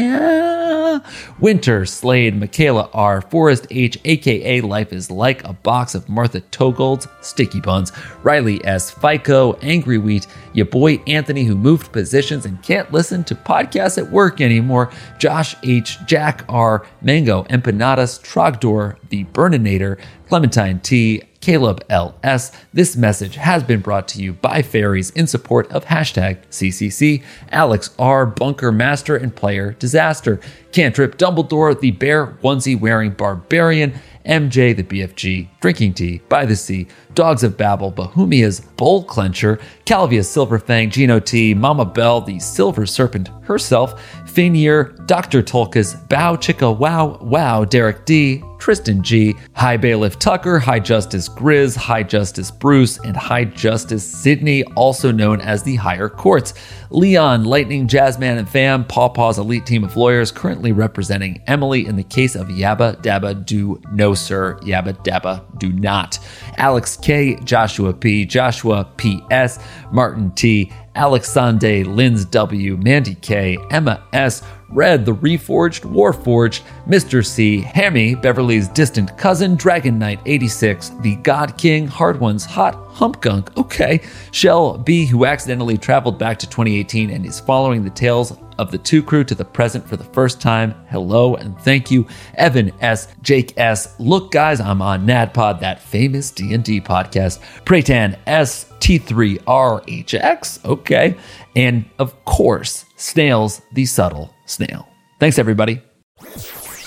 F: Yeah. Winter, Slade, Michaela R., Forrest H., aka Life is Like, a box of Martha Togold's Sticky Buns, Riley S., FICO, Angry Wheat, your boy Anthony, who moved positions and can't listen to podcasts at work anymore, Josh H., Jack R., Mango, Empanadas, Trogdor, The Burninator, Clementine T., Caleb LS. This message has been brought to you by fairies in support of hashtag CCC, Alex R, Bunker Master and Player Disaster, Cantrip Dumbledore, the bear onesie wearing barbarian, MJ the BFG, Drinking Tea, By the Sea, Dogs of Babel, Bohemia's Bowl Clencher, Calvia Silverfang, Gino T, Mama Bell, the Silver Serpent herself, Finir, Dr. Tolkas, Bow Chica Wow Wow, Derek D, Tristan G, High Bailiff Tucker, High Justice Grizz, High Justice Bruce, and High Justice Sydney, also known as the Higher Courts. Leon, Lightning, Jazzman, and Fam, Pawpaw's elite team of lawyers currently representing Emily in the case of Yabba Dabba Do No Sir, Yabba Dabba Do Not. Alex K, Joshua P, Joshua PS, Martin T, Alex Sande, Linz W, Mandy K, Emma S, Red, the Reforged, Warforged, Mr. C, Hammy, Beverly's distant cousin, Dragon Knight 86, The God King, Hard Ones, Hot, Hump Gunk, okay, Shell B, who accidentally traveled back to 2018 and is following the tales of the two crew to the present for the first time. Hello and thank you, Evan S, Jake S. Look, guys, I'm on NADPod, that famous D&D podcast. Pratan S, T3RHX, okay, and of course, Snails, the subtle snail. Thanks, everybody.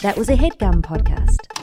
B: That was a headgum podcast.